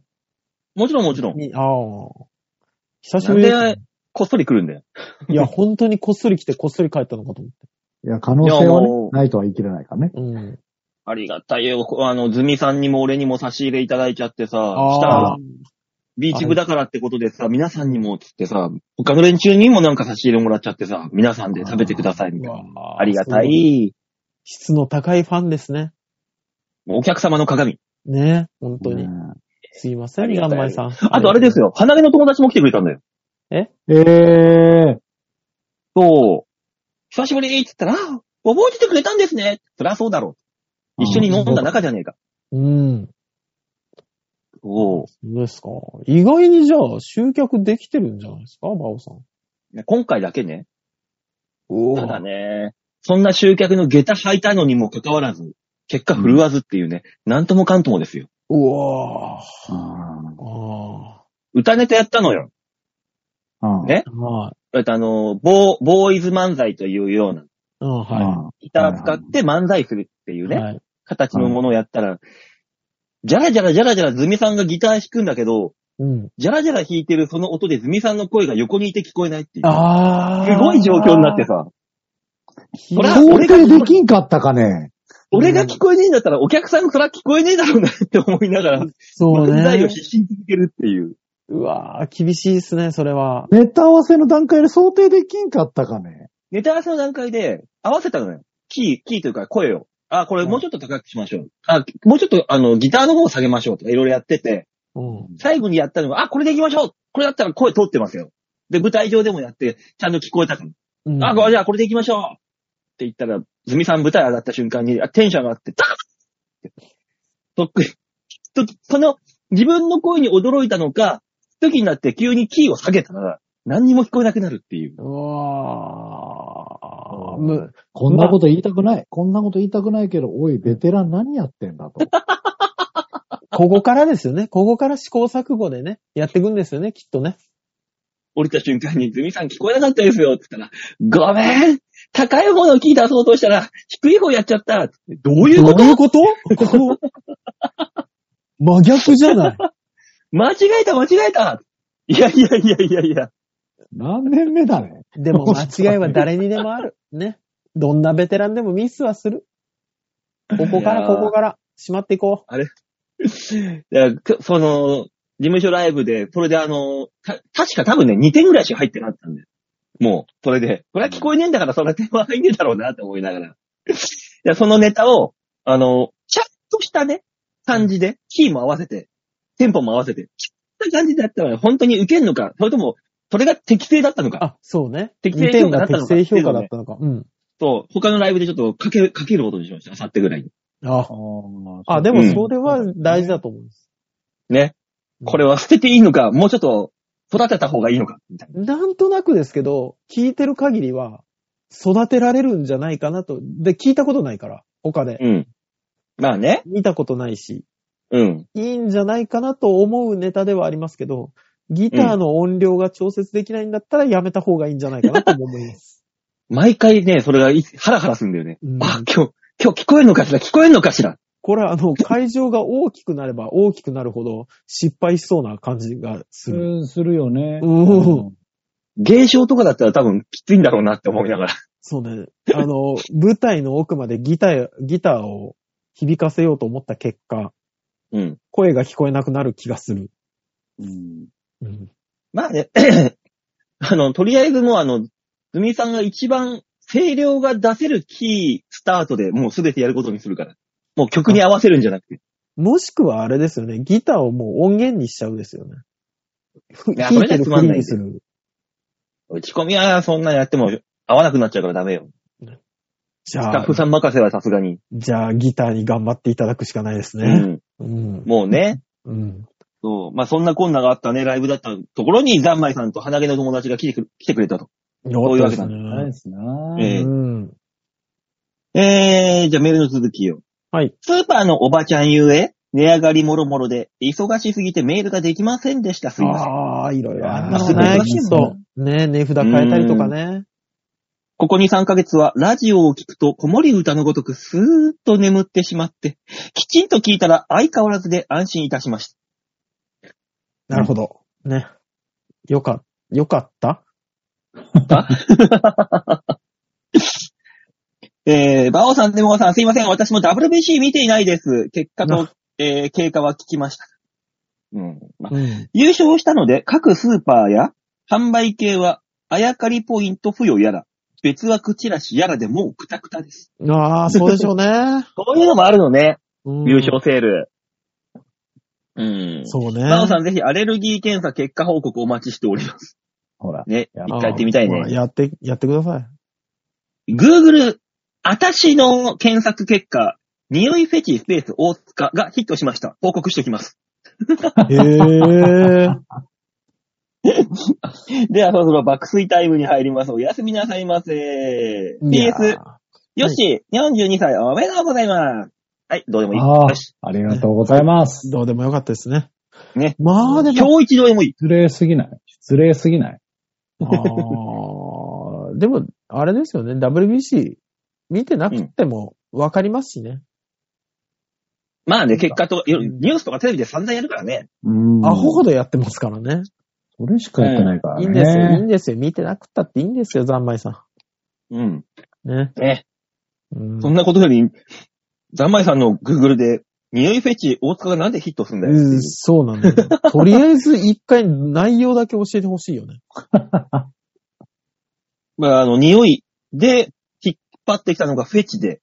もちろんもちろん。ああ。久しぶりですね、なんこっそり来るんだよ。いや、本当にこっそり来て、こっそり帰ったのかと思って。いや、可能性はいやもね、うないとは言い切れないからね。うん。ありがたいよ。あの、ズミさんにも俺にも差し入れいただいちゃってさ、あーしたら、ビーチ部だからってことでさ、皆さんにもっつってさ、他の連中にもなんか差し入れもらっちゃってさ、皆さんで食べてくださいみたいな。わありがたすごい。質の高いファンですね。もうお客様の鏡。ね本当にう。んすいませあん、りがガンたいマイさん。あとあれですよ。よ、鼻毛の友達も来てくれたんだよ。ええそう。久しぶりって言ったら、あ覚えててくれたんですね。そりゃそうだろう。一緒に飲んだ仲じゃねえか。うん。おそうですか。意外にじゃあ、集客できてるんじゃないですか、馬王さん。今回だけね。おただね、そんな集客の下駄履いたのにもかかわらず、結果振るわずっていうね、なんともかんともですよ。うわうんーあ歌ネタやったのよ。うんねー。はい。えっと、あの、ボー、ボーイズ漫才というような、うん、はうギター使って漫才するっていい。うね、はい。形のものをやったら、じゃらじゃらじゃらじゃらズミさんがギター弾くんだけど、うん。じゃらじゃら弾いてるその音でズミさんの声が横にいて聞こえないっていう。あー。すごい状況になってさ、ひこどい。れんは想俺が定できんかったかね。俺が聞こえねえんだったらお客さんそら聞こえねえだろうなって思いながら、そう漫才をね。必死に続けるっていう。うわー、厳しいですね、それは。ネタ合わせの段階で想定できんかったかね。ネタ合わせの段階で合わせたのよ。キー、キーというか声を。あ、これもうちょっと高くしましょう。あ、もうちょっとあの、ギターの方を下げましょうとかいろいろやってて、うん。最後にやったのが、あ、これでいきましょうこれだったら声通ってますよ。で、舞台上でもやって、ちゃんと聞こえたから。うんあ、これじゃあこれでいきましょうって言ったら、ズミさん舞台上がった瞬間に、あテンション上がって、ダーッとっくりと、その、自分の声に驚いたのか、時になって急にキーを下げたら、何にも聞こえなくなるっていう。うわー。うんむ、こんなこと言いたくない。こんなこと言いたくないけど、おい、ベテラン何やってんだ [LAUGHS] と。ここからですよね。ここから試行錯誤でね、やっていくんですよね、きっとね。降りた瞬間に、ズミさん聞こえなかったですよって言ったら、ごめん高い方のキー出そうとしたら、低い方やっちゃったってどういうどこうということこう真逆じゃない。間違えた間違えたいやいやいやいやいや。何年目だね。[LAUGHS] でも間違いは誰にでもある。ね。どんなベテランでもミスはする。ここかいやら、ーここから、しまっていこだからくその、事務所ライブで、それであの、た確か多分ね、2点ぐらいしか入ってなかったんだよ。もう、それで。これは聞こえねえんだから、そんな点は入んねえだろうなって思いながら。いや、そのネタを、あの、ちゃんとしたね、感じで、キーも合わせて、テンポも合わせて、ちゃんとした感じでやったら、本当に受けんのか、それとも、それが適正だったのう。か。あ、そうね。適2正点評価だがったのか適正評価だったのか。うん。と、他のライブでちょっとかけ、かけることにしました。あさってぐらいに。あああ、でもそれは大事だと思うんです。ね。これは捨てていいのか、もうちょっと、育てた方がいいのか、みたいな。なんとなくですけど、聞いてる限りは、育てられるんじゃないかなと。で、聞いたことないから、他で。うん。まあね。見たことないし、うん。いいんじゃないかなと思うネタではありますけど、ギターの音量が調節できないんだったらやめた方がいいんじゃないかなとも思い [LAUGHS] ます。毎回ね、それがいハラハラするんだよね。うんあ、今日、今日聞こえるのかしら聞こえるのかしらこれはあの、会場が大きくなれば大きくなるほど失敗しそうな感じがする。うんするよね。うん現象とかだったら多分きついんだろうなって思いながら。そうね。あの、舞台の奥までギター、ギターを響かせようと思った結果、うん。声が聞こえなくなる気がする。うんうん。まあね、 [CLEARS THROAT] あの、とりあえずもうあの、ズミさんが一番声量が出せるキースタートでもうすべてやることにするから。もう曲に合わせるんじゃなくて。もしくはあれですよね。ギターをもう音源にしちゃうですよね。ふいや弾いてそれじるゃつまんふりないんにですする。打ち込みはそんなんやっても合わなくなっちゃうからダメよ。じスゃタあッフ、さん任せはさすがに。じゃあギターに頑張っていただくしかないですうね。ん。うん。もうね。うん。そう。まあそんなこんながあったね、ライブだったところに、ざんまいさんと鼻毛の友達が来てくる来てくれたと。よかったですないでね。すなええうん。えー、じゃあメールの続きを。はい。スーパーのおばちゃんゆえ、値上がりもろもろで、忙しすぎてメールができませんでした。すいません。ああ、いろいろあんないのやねー、きっと。ね、値札変えたりとかね。ここ2、3ヶ月はラジオを聞くと子守歌のごとくスーッと眠ってしまって、きちんと聞いたら相変わらずで安心いたしました。なるほど。ね。よか、よかったえー、バオさん、デモさん、すいません。私も WBC 見ていないです。結果と、えー経過は聞きました。うん。まあうん。優勝したので、各スーパーや販売系は、あやかりポイント付与やら、別枠チラシやらでもうくたくたです。ああ、そうでしょ [LAUGHS] うね。そういうのもあるのね。うん優勝セール。うん。そうね。なおさん、ぜひアレルギー検査結果報告お待ちしております。ほら。ね。やっ一回やってみたいほらね。やって、やってくださ [LAUGHS] い。 Google、私の検索結果、匂いフェチスペース大塚がヒットしました。報告しておきます。へえ。では、そろそろ爆睡タイムに入ります。おやすみなさいませ。いや PS、よし、42歳おめでとうございます。はい、どうでもいい。ああよし。ありがとうございます。どうでもよかったですね。ね。まあでも、今日一度でもいい。失礼すぎない。失礼すぎない。あーでも、あれですよね。WBC 見てなくてもわかりますしね。まあね、結果と、いろいろニュースとかテレビで散々やるからね。うんアホほどやってますからね。それしかやってないからね。いいんですよ、いいんですよ。見てなくったっていいんですよ、ざんまいさうん。ん。ね。ね。うん、そんなことより、ざんまいさんの Google で、匂いフェチ大塚がなんでヒットするんだよっていううんそうなんだよ。とりあえず一回内容だけ教えてほしいよね。まあ、あの、匂いで引っ張ってきたのがフェチで、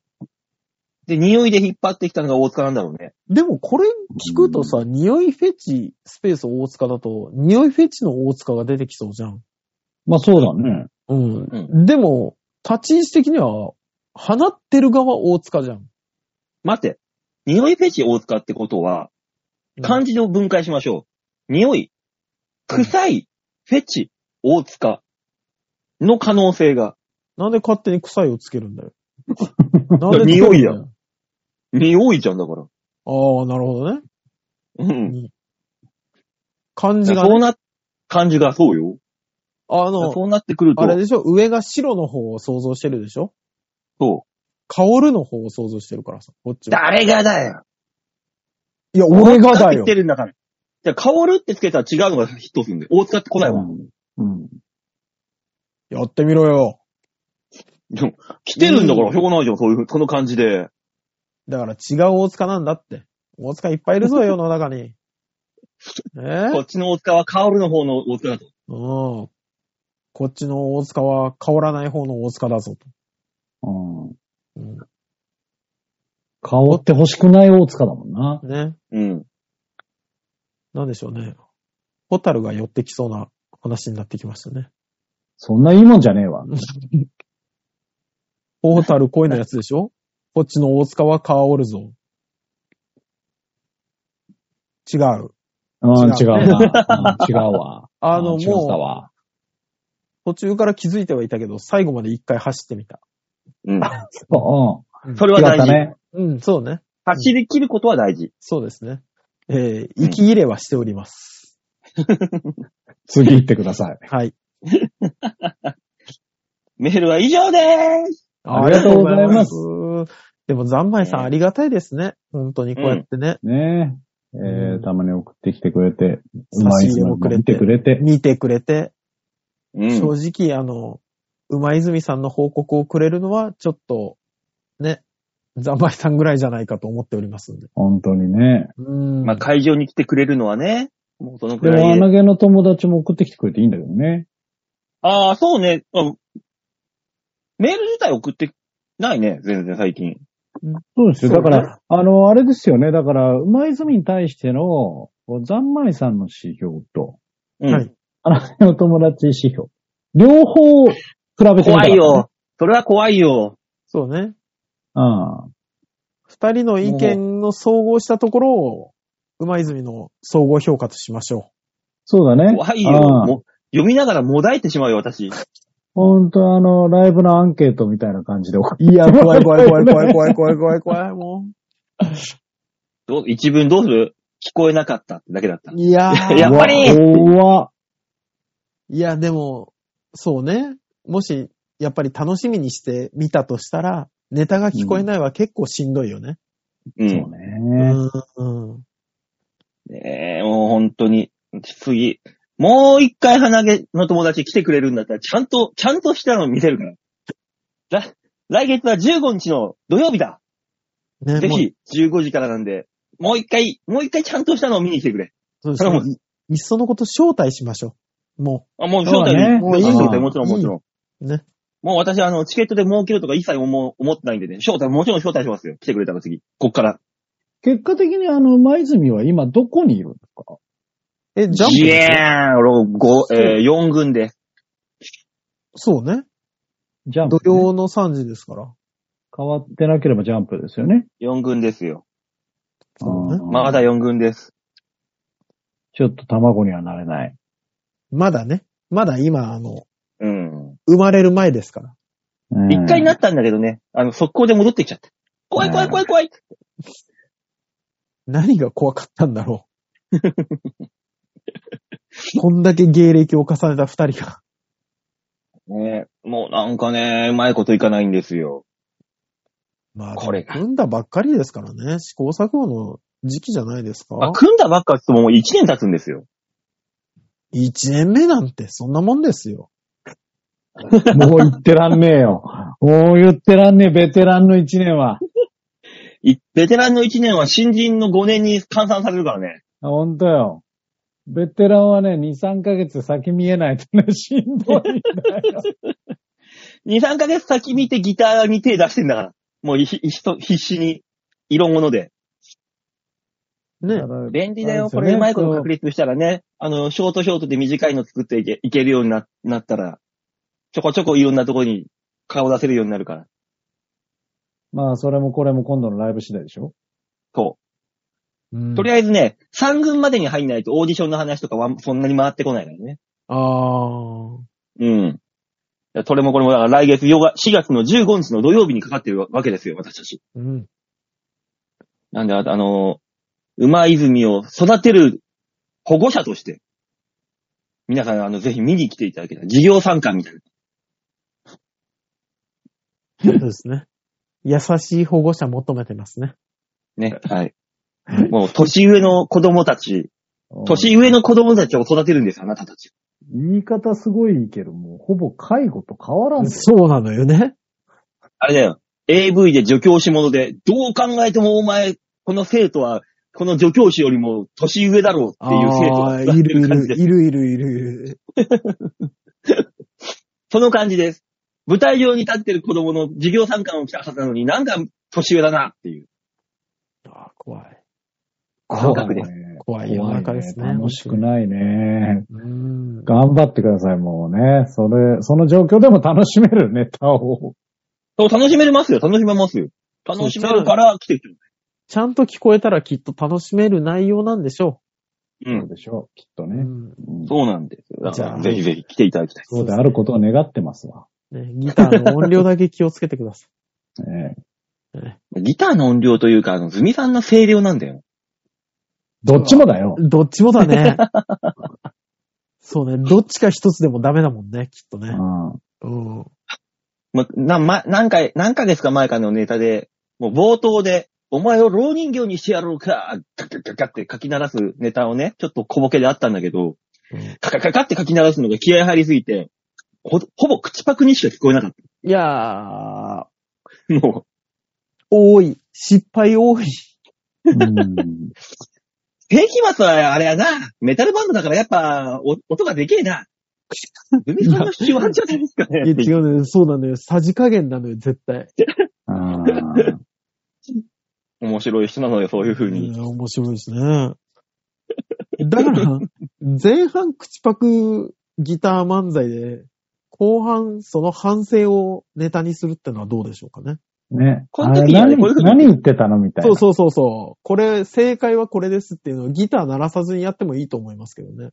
で、匂いで引っ張ってきたのが大塚なんだろうね。でもこれ聞くとさ、匂いフェチスペース大塚だと、匂いフェチの大塚が出てきそうじゃん。まあそうだね。うん。うでも、立ち位置的には、放ってる側大塚じゃん。待って、匂いフェチ大塚ってことは、漢字で分解しましょう。匂い、臭い、フェチ、大塚の可能性が、なんで勝手に臭いをつけるんだよ。なんで匂 [LAUGHS] いやや。あ匂いじゃんだから。あー、なるほどね。うん。漢字がね、そうな、感じがそうよ。あの、そうなってくるとあ、れでしょ上が白の方を想像してるでしょそ香るの方を想像してるからさ、こっちう。は。誰がだよいや、俺が大塚っだて言よっ。てるんだから。じゃあ、香るってつけたら違うのがヒットするんで。大塚って来ないわ。うん。やってみろよ。来てるんだかうら、んしょうがないじゃん、そういう、その感じで。だから違う大塚なんだって。大塚いっぱいいるぞ、世の中 [LAUGHS] に。えーこっちの大塚は香るの方の大塚だと。うん。こっちの大塚は香らない方の大塚だぞと。うん。うん顔って欲しくない大塚だもんな。ね。うん。なんでしょうね。ホタルが寄ってきそうな話になってきましたね。そんないいもんじゃねえわ。ホタル恋のやつでしょ [LAUGHS] こっちの大塚は香るぞ。違う。うん、違違ううな。ねうん違うわ。 [LAUGHS] あの、うん違ったもう、わ。途中から気づいてはいたけど、最後まで一回走ってみた。うん。そそれう、うはん。違っ大た事。ね。うん、そうね。走り切ることは大事。そうですね。えー、息切れはしております。次行ってください。はい。メールは以上でーす。ありがとうございますでも、ざんまいさんありがたいですね。本当にこうやってね、ねえ。えうー、んたまに送ってきてくれて、う差ましい入つれまをみくもれ見ててく、れて。見てくれて、うん。正直、あの、馬泉さんの報告をくれるのは、ちょっと、ね、ざんまいさんぐらいじゃないかと思っておりますんで。本当にね。うん。まあ、会場に来てくれるのはね、もうそのくでらも、い穴で。毛の友達も送ってきてくれていいんだけどね。ああ、そうね。あメール自体送ってないね、全然最近。そうですよ。そだうねから、あの、あれですよね。だから、うまいずみに対しての、こうざんまいさんの指標と、うん。はいあなたの友達指標。両方、比べてみたかった怖い。よ。それは怖いよ。そうね。うん。二人の意見の総合したところを、馬泉の総合評価としましょそうだね。怖いうんよ。も読みながらもだいてしまうよ、私。ほんと、あの、ライブのアンケートみたいな感じで。う。いや、怖い怖い怖い怖い怖い怖い怖い怖い、もう。どう、一文どうする聞こえなかったってだけだった。いやー、やっぱり怖っいや、でも、そうね。もし、やっぱり楽しみにして見たとしたら、ネタが聞こえないは結構しんどいよね。う。そうんね。うんうんねえ、もう本当に、次。もう一回鼻毛の友達来てくれるんだったら、ちゃんと、ちゃんとしたの見せるから。来、来月は15日の土曜日だ。[LAUGHS] ね、ぜもうひ、15時からなんで、もう一回、もう一回ちゃんとしたのを見に来てくれ。そうです頼ね。いいっそのこと招待しましょう。もあ、もう招待そうだねもういいもういいよ。もちろん、もちろいん。いね。もう私、あの、チケットで儲けるとか一切思う思ってないんでね。招待、もちろん招待しますよ。来てくれたら次。こっから。結果的にあの、今泉は今どこにいるんですかう。え、ジャンプいでしょやー、ろごえー、4軍で。そうね。ジャンプ土ね、曜の3時ですから。変わってなければジャンプですよね。 4軍ですよ。そうね。まだよ。 4軍です。ちょっと卵にはなれない。まだね。まだ今、あの、うん。生まれる前ですから。うん一回なったんだけどね、あの、速攻で戻ってきちゃった。怖い怖い怖い怖い。何が怖かったんだろ [LAUGHS] う。こんだけ芸歴を重ねた二人が。ねもうなんかね、うまいこといかないんですよ。まあ、これが組んだばっかりですからね。試行錯誤の時期じゃないですか。まあ、組んだばっかっつってももう1年経つんですよ。一年目なんてそんなもんですよ。もう言ってらんねえよ。もう言ってらんねえ、ベテランの一年は。いベテランの1年は新人の5年に換算されるからね。ほんとよ。ベテランはね、2、3ヶ月先見えないとね、しんどいんだよ。 2、3ヶ月先見てギターに手出してんだから。もうひひと必死に、いろんもので。ねた。だ便利だよ。そこうでれすねうまいこと確立したらね、あの、ショートショートで短いの作っていけいけるようにななったら、ちょこちょこいろんなとこに顔出せるようになるから。まあ、それもこれも今度のライブ次第でしょそう。うんとりあえずね、3軍までに入んないとオーディションの話とかはそんなに回ってこないからね。ああ。うん。それもこれも、だから来月4月の15日の土曜日にかかってるわけですよ、私たち。うん。なんで、ああのー、馬泉を育てる保護者として、皆さん、あの、ぜひ見に来ていただけたら、事業参加みたいな。そうですね。 [LAUGHS] 優しい保護者求めてますね。ね、はい。 [LAUGHS] もう、年上の子供たち、年上の子供たちを育てるんです、あなたたち。言い方すごいけど、もうほぼ介護と変わらんぞ。そうなのよね。あれだよ。AV で助教師者で、どう考えてもお前、この生徒は、この助教師よりも年上だろうっていう生徒あがあ、いるいるい感じでる、す。いるいるいるいる。その感じです。舞台上に立ってる子供の授業参観を来たはずなのに、なんか年上だなっていうああ、怖い。感覚です。ね怖い世の中ですね怖い楽しくないね。うん。頑張ってください、もうね。それ、その状況でも楽しめるネタを。そう、楽しめますよ、楽しめますよ。楽しめるから来てる。ちゃんと聞こえたらきっと楽しめる内容なんでしょう。そうんでしょう、きっとう。ね。うんうんそうなんですよ。だじゃかあら、ぜひぜひ来ていただきたい。そうであることを願ってますわ。ね、ギターの音量だけ気をつけてくださええギターの音量というか、あの、ズミさんの声量なんだよ。どっちもだよ。 [LAUGHS] い。どっちもだね。そうね。どっちか一つでもダメだもんね、きっとうね。ん。うん。ま、な、ま、何回、何ヶ月か前かのネタで、もう冒頭で、お前を老人形にしてやろうか、カカカカって書き鳴らすネタをね、ちょっと小ボケであったんだけど、カカカカって書き鳴らすのが気合入りすぎて、ほ、ほぼ口パクにしか聞こえなかっいやー、た。も多い。失敗多い。うんう、平気末はあれやな、メタルバンドだからやっぱ、お音がでけえな。ルミさんの主張はじゃないですかいやね。違うね。そうなのよ。さじ加減なのよ、絶対。あ面白い人なのよ、そういう風に。うん面白いですね。 [LAUGHS] だから、前半口パクギター漫才で、後半その反省をネタにするってのはどうでしょうかね。ーね。こあのれ時にはね何こういうふうに何言ってたのみたいそな。うそうそうそう。これ、正解はこれですっていうのをギター鳴らさずにやってもいいと思いますけどね。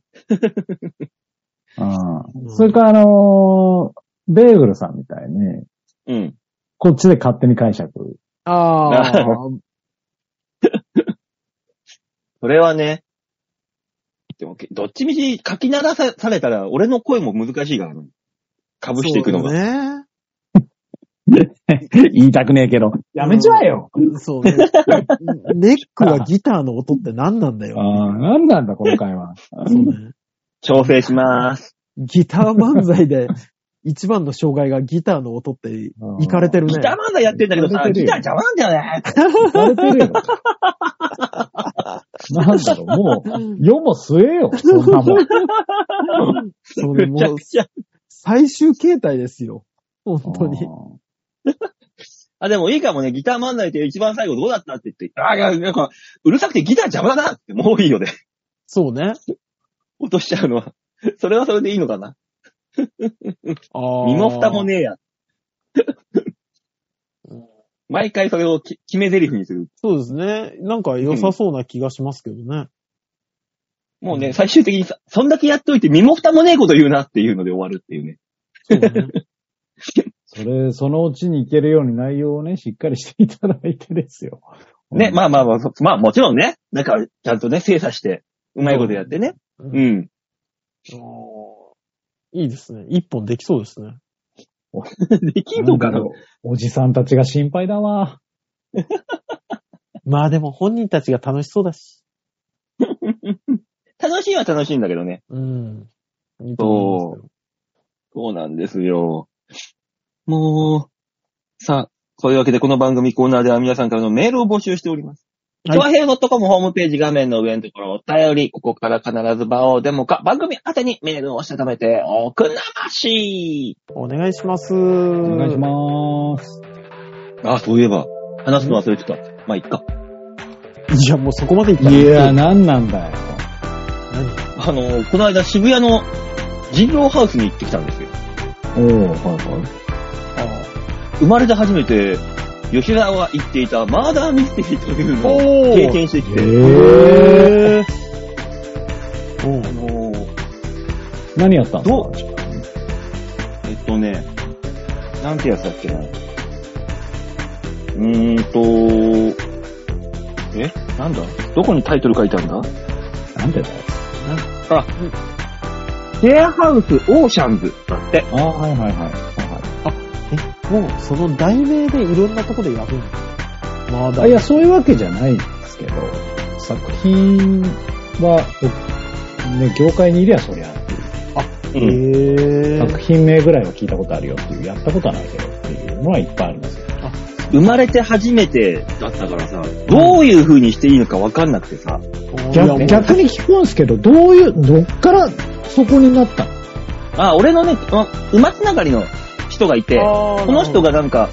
うんそれか、あのーベーグルさんみたいに、うん。 [LAUGHS] こっちで勝手に解釈。ああ。それはね。でも、けどっちみち書き鳴らさされたら、俺の声も難しいからね。被していくのが。ね。言いたくねえけど。やめちまえよ。そうね。ネックがギターの音って何なんだあよ。あ、なんなんだ、この会話。そうね。調整しまーす。ギター漫才で一番の障害がギターの音って、いかれてるねギ。ター漫才やってんだけどさ、やってギるターよ邪魔なんだよね。言われてるよ。なんだろう、もう、世も末えよ、そんなもん。そうね、めちゃもうくちゃ。最終形態ですよ。本当に。あ、でもいいかもね、ギター漫才って一番最後どうだったって言って、あー、いやなんか、うるさくてギター邪魔だなって、もういいよね。そうね。落としちゃうのは。それはそれでいいのかな。身身も蓋も。ねえや。 [LAUGHS] 毎回それをき決め台詞にする。そうですね。なんか良さそうな気がしますけど [LAUGHS] ね。もうね、最終的にさ、そんだけやっといて身も蓋もねえこと言うなっていうので終わるっていうね。そうね。それ、そのうちに行けるように内容をね、しっかりしていただいてですよ。ね、あ、まあまあまあ、そまあもちろんね、なんかちゃんとね、精査して、うまいことやってね。ううんん。いいですね。一本できそうですね。できん [LAUGHS] のかななんだろうおじさんたちが心配だわ。まあでも本人たちが楽しそうだし。楽しいは楽しいんだけどね。うん。いいと思いますよそうなんですよ。もう、さあ、そういうわけでこの番組コーナーでは皆さんからのメールを募集しております。はい超平洋 .com ホームページ画面の上のところお便り、ここから必ず場をデモか番組宛てにメールをしたためておくなましお願いします。おお願いします。あ、そういえば、話すの忘れてた。まあ、いっか。す。いや、もうそこまでいったらいや、なんなんだよ。あの、この間渋谷の人狼ハウスに行ってきたんですよ。おー、はいはい。生まれて初めて、吉田が言っていたマーダーミステリーというのをおー経験してきて、ええおうあのーー、何やったんですかどうえっとね、なんてやつだっけな。うーんと、えなんだどこにタイトル書いてあるんだなんでだよ。あ、シェアハウスオーシャンズだって。あーはいはいはい。はえ、もうその題名でいろんなとこでやるんだ。まいだ。はい、あいや、そういうわけじゃないんですけど、作品は、僕ね、業界にいりゃそりゃっていううん。へえ。作品名ぐらいは聞いたことあるよっていう、やったことはないけどっていうのはいっぱいありますよ。生まれて初めてだったからさ、どういう風にしていいのかわかんなくてさ。いやも逆う逆に聞くんですけど、どういう、どっからそこになったのあ、俺のね、あ馬つながりの人がいて、こあーの人がなんか、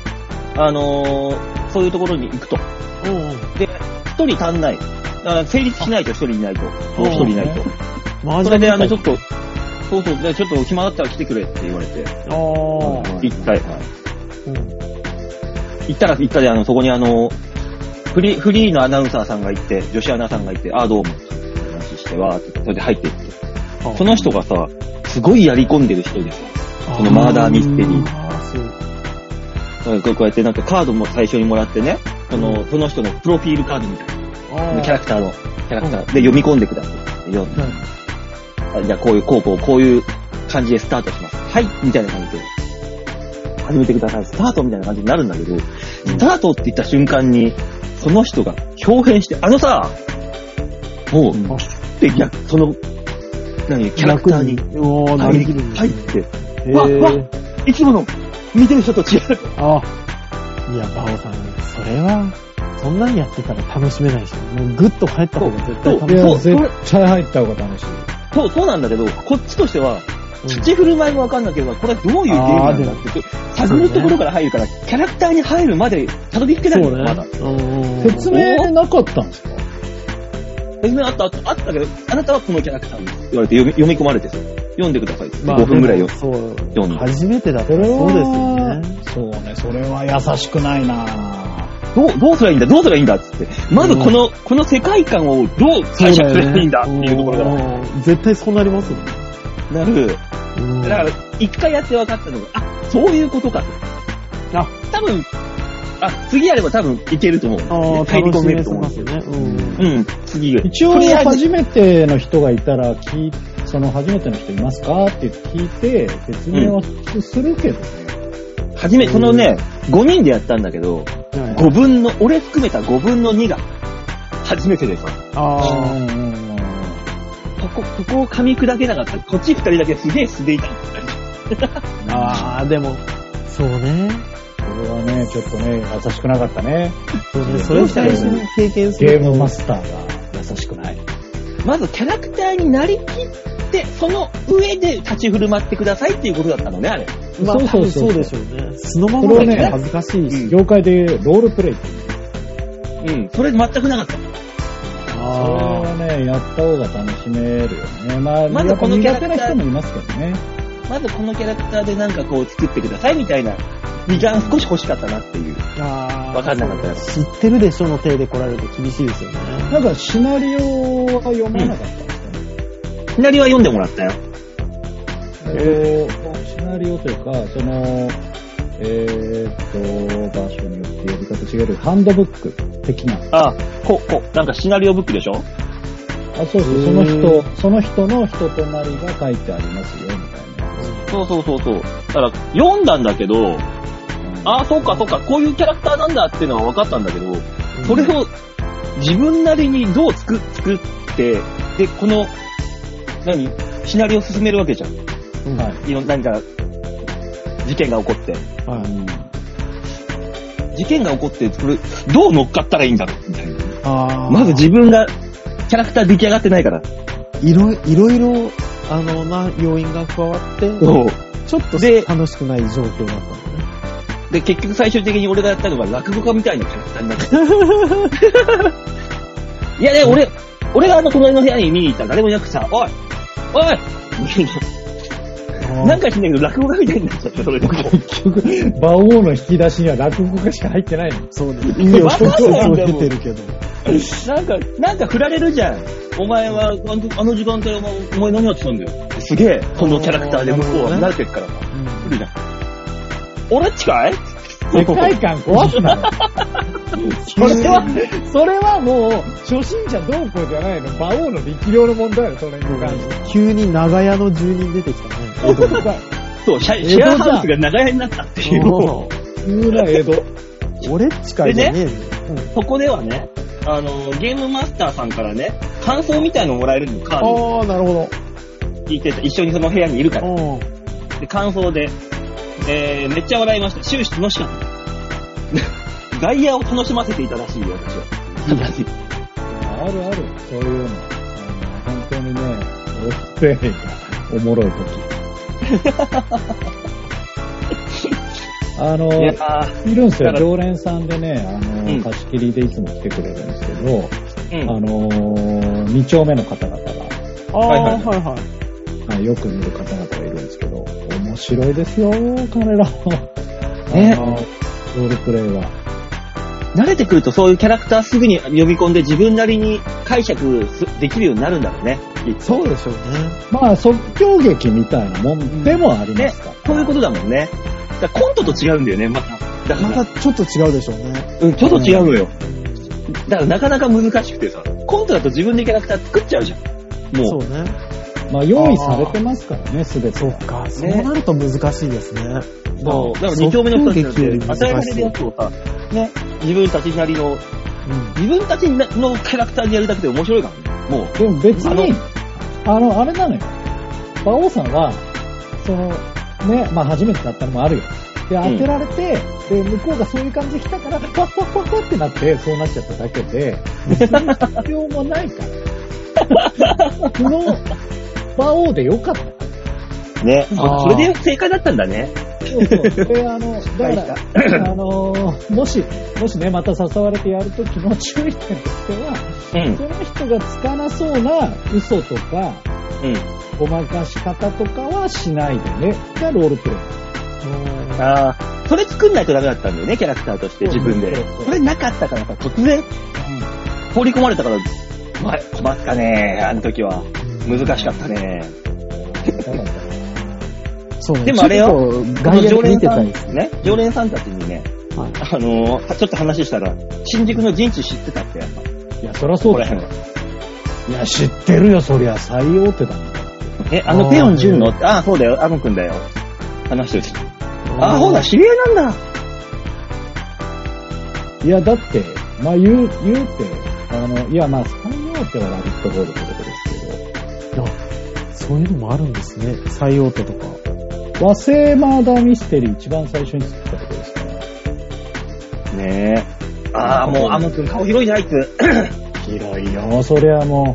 あのーそういうところに行くと。うんうんで、一人足んない。だから成立しないと一人いないと。もう一人いないと。マーそジャれンで、あの、ちょっと、そうそう、でちょっと暇だったら来てくれって言われて、あーはい行ったよはいうん行ったら行ったで、あの、そこにあの、フリー、フリーのアナウンサーさんがいて、女子アナさんがいて、ああ、どうも、って話して、わーって、それで入っていって。その人がさ、すごいやり込んでる人でさ、あそのマーダーミステリーあーそうなんかこうやってなんかカードも最初にもらってね、その、その人のプロフィールカードみたいあな、ーキャラクターの、キャラクターで読み込んでくださいって読んで。はいあじゃあこういう、こうこう、こういう感じでスタートします。はいみたいな感じで。始めてください。スタートみたいな感じになるんだけど、スタートって言った瞬間に、その人が表変して、あのさ、もう、うんで、逆、その、何、キャラクターに逆おー、な入るりほど。入って、へわわーいつもの見てる人と違う。あ、いや、バオさん、それは、そんなんやってたら楽しめないし、もうグッと入った方が絶対楽いしや、そう絶対入った方が楽しい。そう、そうなんだけど、こっちとしては、め立ち振る舞いもわかんなければ、これはどういうゲームなんだって、探るところから入るから、キャラクターに入るまでたどり着けないそのうよ、まだね。。うんうん説明なかったんですか説明あった、あった、あったけど、あなたはこのキャラクターですって言われて読み読み込まれてさ、読んでくださいって、まあ5分ぐらいよ。そう読んで。初めてだったらそうですよね。そうね、それは優しくないなぁ。どう、どうすりゃいいんだ、どうすりゃいいんだっつって。まずこの、この世界観をどう解釈すればいいんだっていうところから、ら。絶対そうなりますよね。なる。うんだから、一回やって分かったのが、あ、そういうことかと。あ多分、あ、次やれば多分いけると思う。ああ、入り楽込しめめるとそう思でう。すね。うん。うん、次が。一と応、りあえず初めての人がいたら、聞いその初めての人いますかって聞いて、説明はするけどね。はじめ、そのね、5人でやったんだけど、5分の、俺含めた5分の2が、初めてです。こああ、こ、ここを噛み砕けなかった。こっち2人だけすげえ素でいた。ああ、でも、そうね。これはね、ちょっとね、優しくなかったね。そうね。それを最初に経験すゲるームとマスターが優しくない。まずキャラクターになりきって、その上で立ち振る舞ってくださいっていうことだったのね、あれ。まあ、そう多そう分そそううでしょうね。そのままだそれをねと恥ずかしいし。業界でロールプレイっていう。うん、それ全くなかった。それはね、やった方が楽しめるよね。まあ、まずこのキャラクター苦手な人もいますけどね。まずこのキャラクターでなんかこう作ってくださいみたいな、時間少し欲しかったなっていう。ああ、わかんなかったや知ってるでしょの手で来られると厳しいですよね。なんかシナリオは読まなかったんですよね。シナリオは読んでもらったよ。えっと、シナリオというか、その、えーっと、場所によって呼び方違える、ハンドブック的な。ああ、こ、こ、なんかシナリオブックでしょあ、そうそう、その人、その人の人となりが書いてありますよ、みたいそうそうそうそう。だから、読んだんだけど、ああ、そうかそうか、こういうキャラクターなんだっていうのは分かったんだけど、それを自分なりにどう作、作って、で、この、何シナリオ進めるわけじゃん。うん、な。ははいい。。いろんな何か、事件が起こって。事件が起こって、これ、どう乗っかったらいいんだろうみたいな。ああ、まず自分が、キャラクター出来上がってないから。いろいいろいろ、あの、な、要因が加わって、そう。ちょっとで楽しくない状況だったのね。で、結局最終的に俺がやったのが落語家みたいなキャラクターになった。いやね、俺、俺があの隣の部屋に見に行ったら誰もいなくてさ、おいおいみたいななんか知んないけど落語家みたいになっちゃった、それで。結局、馬王の引き出しには落語家しか入ってないの。そうね。意味を一つ一つ出てるけど。なんか、なんか振られるじゃん。お前は、あのあの時間帯お前、お前何やってたんだよ。すげえ、このキャラクターで向こうは慣れてるから。来るじゃん。俺っちかい世界観壊すなよ。 [LAUGHS] それは、それはもう、初心者どうこうじゃないの。馬王の力量の問題だよ、それに関しては。急に長屋の住人出てきたね。江戸がそう、シェシェアハウスが長屋になったっていう。急な江戸。俺っちかいじゃねえぞ。そこではね、あの、ゲームマスターさんからね、感想みたいのもらえるのカードああ、なるほ聞いてた。一緒にその部屋にいるから。ど。で、感想で、えー、めっちゃ笑いました。終始楽しか [LAUGHS] った。外野を楽しませていたらしいよ、私は。あるある、そういうの。あの本当にね、ロールプレイがおもろい時。あの、いやいー、るんですだよ。から常連さんでね、あうんの、貸し切りでいつも来てくれるんですけど、うん。あのー、2丁目の方々が、ああ、はいはあよく見る方々がいるんですけど、面白いですよ、彼ら。ねあのロールプレイは。慣れてくるとそういうキャラクターすぐに読み込んで自分なりに解釈すできるようになるんだろうね。い。そうでしょうね。まあ、即興劇みたいなもんでもありますから。そういうことだもんね。だからコントと違うんだよね、また。だかまら、たちょっと違うでしょうね。うん、ちょっと違うのよ。だからなかなか難しくてさ、コントだと自分でキャラクター作っちゃうじゃん。そもうう。ね。まあ、用意されてますからね、すべて。そっか、そうなると難しいですね。そうだから2丁目の人たち即興劇よりで難しい与えられるやつをさ、ね、自分たちなりの、うん自分たちなのキャラクターでやるだけで面白いからね。もう。でも別に、あの、あれなのよ。馬王さんは、その、ね、まあ初めてだったのもあるよ。で、ん当てられて、で、向こうがそういう感じで来たから、パ [LAUGHS] ッパッパッパってなって、そうなっちゃっただけで、別に必要もないから。その、馬王でよかった。ね。あーそれで正解だったんだね。そうそう。で、あの、だから、あのもし、もしね、また誘われてやるときの注意点としては、うん。その人がつかなそうな嘘とか、うん。ごまかし方とかはしないでね。がロールプレイ。ああ、それ作んないとダメだったんだよね、キャラクターとして、自分でそうそうそう。それなかったからさ、突然、放り込まれたから、ま、困ったね、あの時は。難しかったね。そうね。でもあれよちょっと外野で見てたりね、常連さんたちにね、はいあのーちょっと話したら、新宿の陣地知ってたって、やっぱ。いや、そりゃそうこだれよ。辺はいや、知ってるよ、そりゃ。最大手だもん。え、あのペヨン純のああ、そうだよ、あのくんだよ。話してる人。ああ、そうだ、知り合いなんだ。いや、だって、まあ言う、言うて、あの、いや、まあ、最大手はラビットボールってことですそういうのもあるんですね。最大手とか。けど、和製マーダーミステリー一番最初に作ったとこですから、ねえ。ああ、もうあのくん顔広いな、あいつ。広いよ、そりゃも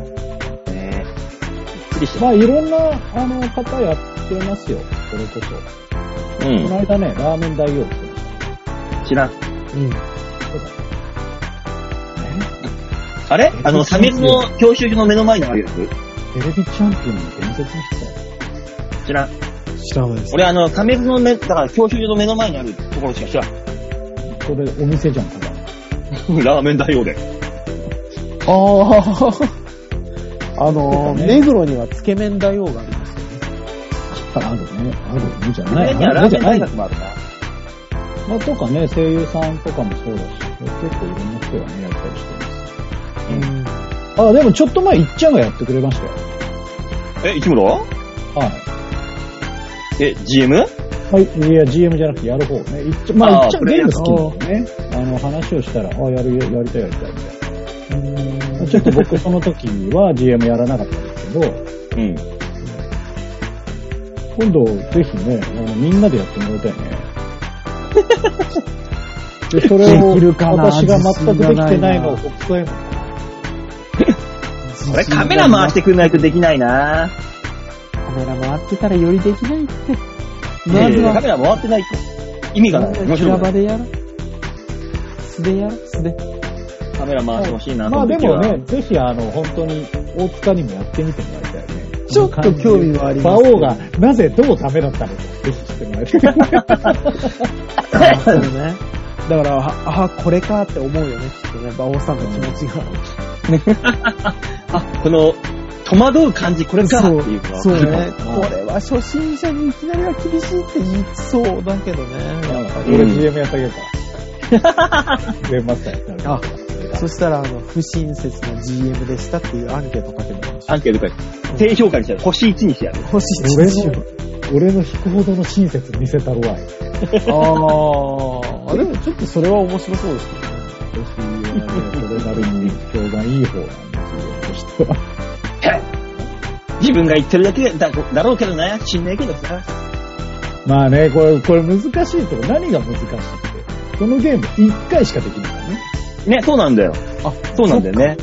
ねえ。びっくりしう。た。まあ、いろんな、あの、方やってますよ、それこそ。こうのん。間ね、ラーメン大王って言ってまし知らん。うん。あれあの、サメの教習所の目の前にあるやつたテレビチャンピオンの伝説の人だよ。知らん。知らないです。俺あの、サメの目、だから教習所の目の前にあるところしか知らん。 [LAUGHS] これ、お店じゃん、ただの。ラーメン大王で。あ [LAUGHS] あ。あの、ね目黒にはつけ麺大王がありますよね。あるね、あるね、じゃそない。れにはあラるーじメゃン大ない。学もあるな。まあ、とかね、声優さんとかもそうだし、結構いろんな人がね、やったりしてます。うん。あ、でもちょっと前、いっちゃんがやってくれましたよ。え、市村はい。え、GM? はい、いや、GM じゃなくてやる方ね。いっちゃまあ、あーいっちゃんプレイゲヤーーム好きなんだよね。あの、話をしたら、あ、やる、ややりたい、やりたい、みたいな。ちょっと僕、その時は GM やらなかったんですけど、うん。今度、ぜひね、あのみんなでやってもら [LAUGHS] いたいね。で、それをできるかな私が全くできてないのを自国際これカメラ回してくんないとできないなカメラ回ってたらよりできないって。いまやいずやはカメラ回ってないと。意味がない。面白平くな場い。でやろう。素でやろう、素で。カメラ回してほしいなまあでも、そのね時、ぜひあの、本当に、大塚にもやってみてもらいたいね。ちょっと興味はあります馬王が、なぜどうダメだったのか、ぜひ知ってもらいたい。そうね。 [LAUGHS] だから、ああ、これかって思うよね、きっとね。馬王さんの気持ちが。はあ、この、戸惑う感じ、これかっていうのは。そうわかねる。かもこれは初心者にいきなりは厳しいって言いそうだけどね。やっぱり。俺 GM やってあげるから。ゲームマスターやってあげるから。あ、そしたら、あの、不親切な GM でしたっていうアンケート書けばいいかもしれアない。ンケート書いて、低評価にしてやる。星1にしてやる。 [LAUGHS] 欲しい俺の、俺の引くほどの親切見せたるわい。ああ、でもちょっとそれは面白そうですけどね。私はね、それなりに評判いい方なんですよ、私とは。自分が言ってるだけだだろうけどな。死んないけどさ。まあね、これ、これ難しいとこ、何が難しいって。このゲーム1回しかできないからね。ね、そうなんだよ。あ、そうなんだよね。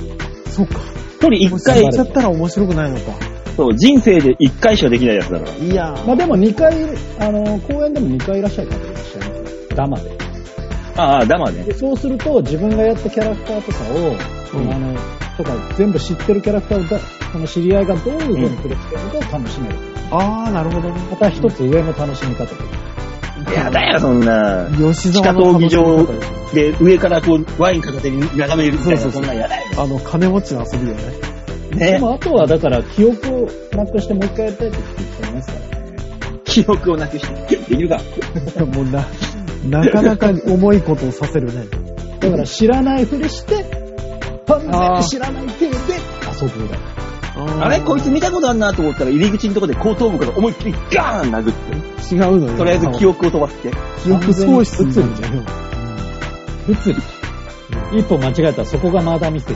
そうか。一人一やっ回、ちゃったら面白くないのか。そう、人生で一回しかできないやつだから。いやまー。あでも2回、あの、公演でも2回いらっしゃる方いらっしゃいますね。ダマで。ああ、ダマね。でそうすると、自分がやったキャラクターとかを、うんあの、とか全部知ってるキャラクターが、その知り合いがどういう風にプレイしてるのかを楽しめる。ああ、なるほどね。また一つ上の楽しみ方というかいやだよ、そんな。吉地沢下の闘技場楽しみ方ですで、上からこう、ワイン片手に眺めるみたいな、そそうそうそうんなんやだよ。あの、金持ちの遊びよね。 [LAUGHS] でね。もあとはだから記憶をなくしてもう一回やりたいって言ってますからね。記憶をなくして、できるか。もうな、なかなか重いことをさせるね。だから知らないふりして、完全に知らない程度で遊ぶだ。ああれこいつ見たことあんなと思ったら入り口のとこで後頭部から思いっきりガーン殴って、違うのよ。とりあえず記憶憶、を飛ばして。記憶喪失になるじゃんよ。物理。一歩間違えたらそこがマーダーミステ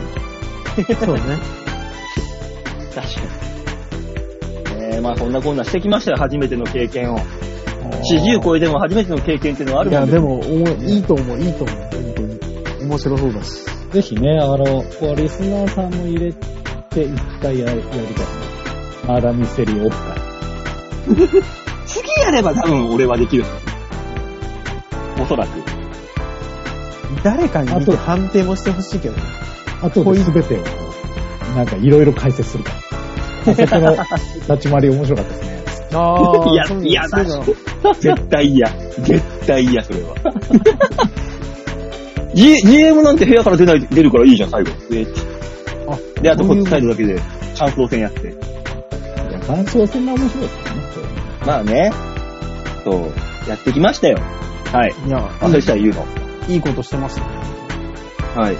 リー。そうね。確かに。えー、まあそんなこんなしてきましたよ、初めての経験を。40超えても初めての経験っていうのはあるいや、んでも、おもいいと思う、いいと思う。本当に。面白そうだし。ぜひね、あの、こうリスナーさんも入れて一回ややりたいね。マーダーミステリーオフ会。次やれば多分俺はできる。おそらく。誰かに見あてと判定もしてほしいけどね。あとで全てを、なんかいろいろ解説する [LAUGHS] から。あそこの立ち回り面白かったですね。あいやそういやそうだ [LAUGHS] 絶対嫌。絶対嫌、それは。G、GM なんて部屋から出ない、出るからいいじゃん、最後。えーあで、あとこっちサイド。ドだけで、感想戦やって。いや、感想戦が面白いですからね。まあね。そう。やってきましたよ。はい。いや、あ、そしたら言うの。いいことしてますね。はい。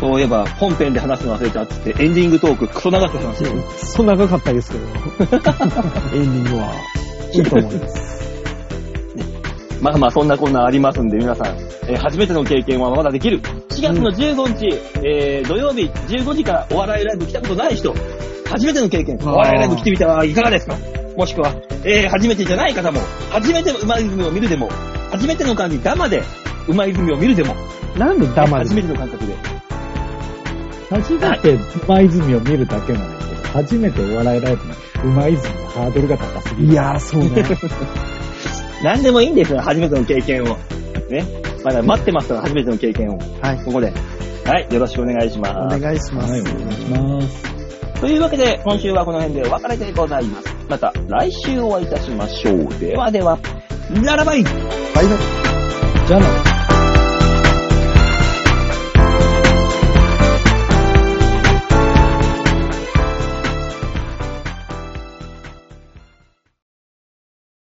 そういえば、本編で話すの忘れたっつって、エンディングトーククソ長く話してる。そう長かったですけど、エンディングは、いいと思います。まあまあ、そんなこんなありますんで、皆さん、えー初めての経験はまだできる。4月の15日、えー土曜日15時からお笑いライブ来たことない人、初めての経験、お笑いライブ来てみたらいかがですかもしくは、えー初めてじゃない方も、初めての馬泉を見るでも、初めての感じ、ダマで馬泉を見るでも、なんで黙る初めての感覚で。初めて馬泉を見るだけなのに、初めてお笑いライブに馬泉のハードルが高すぎる。いやー、そうね。何でもいいんですよ、初めての経験を。ね。まだ待ってますから、初めての経験を。はいここで。はい、よろしくお願いします。お願いします。はい、お願いします。というわけで、今週はこの辺でお別れでございます。また来週お会いいたしましょう。ではでは、ララバイじゃあな。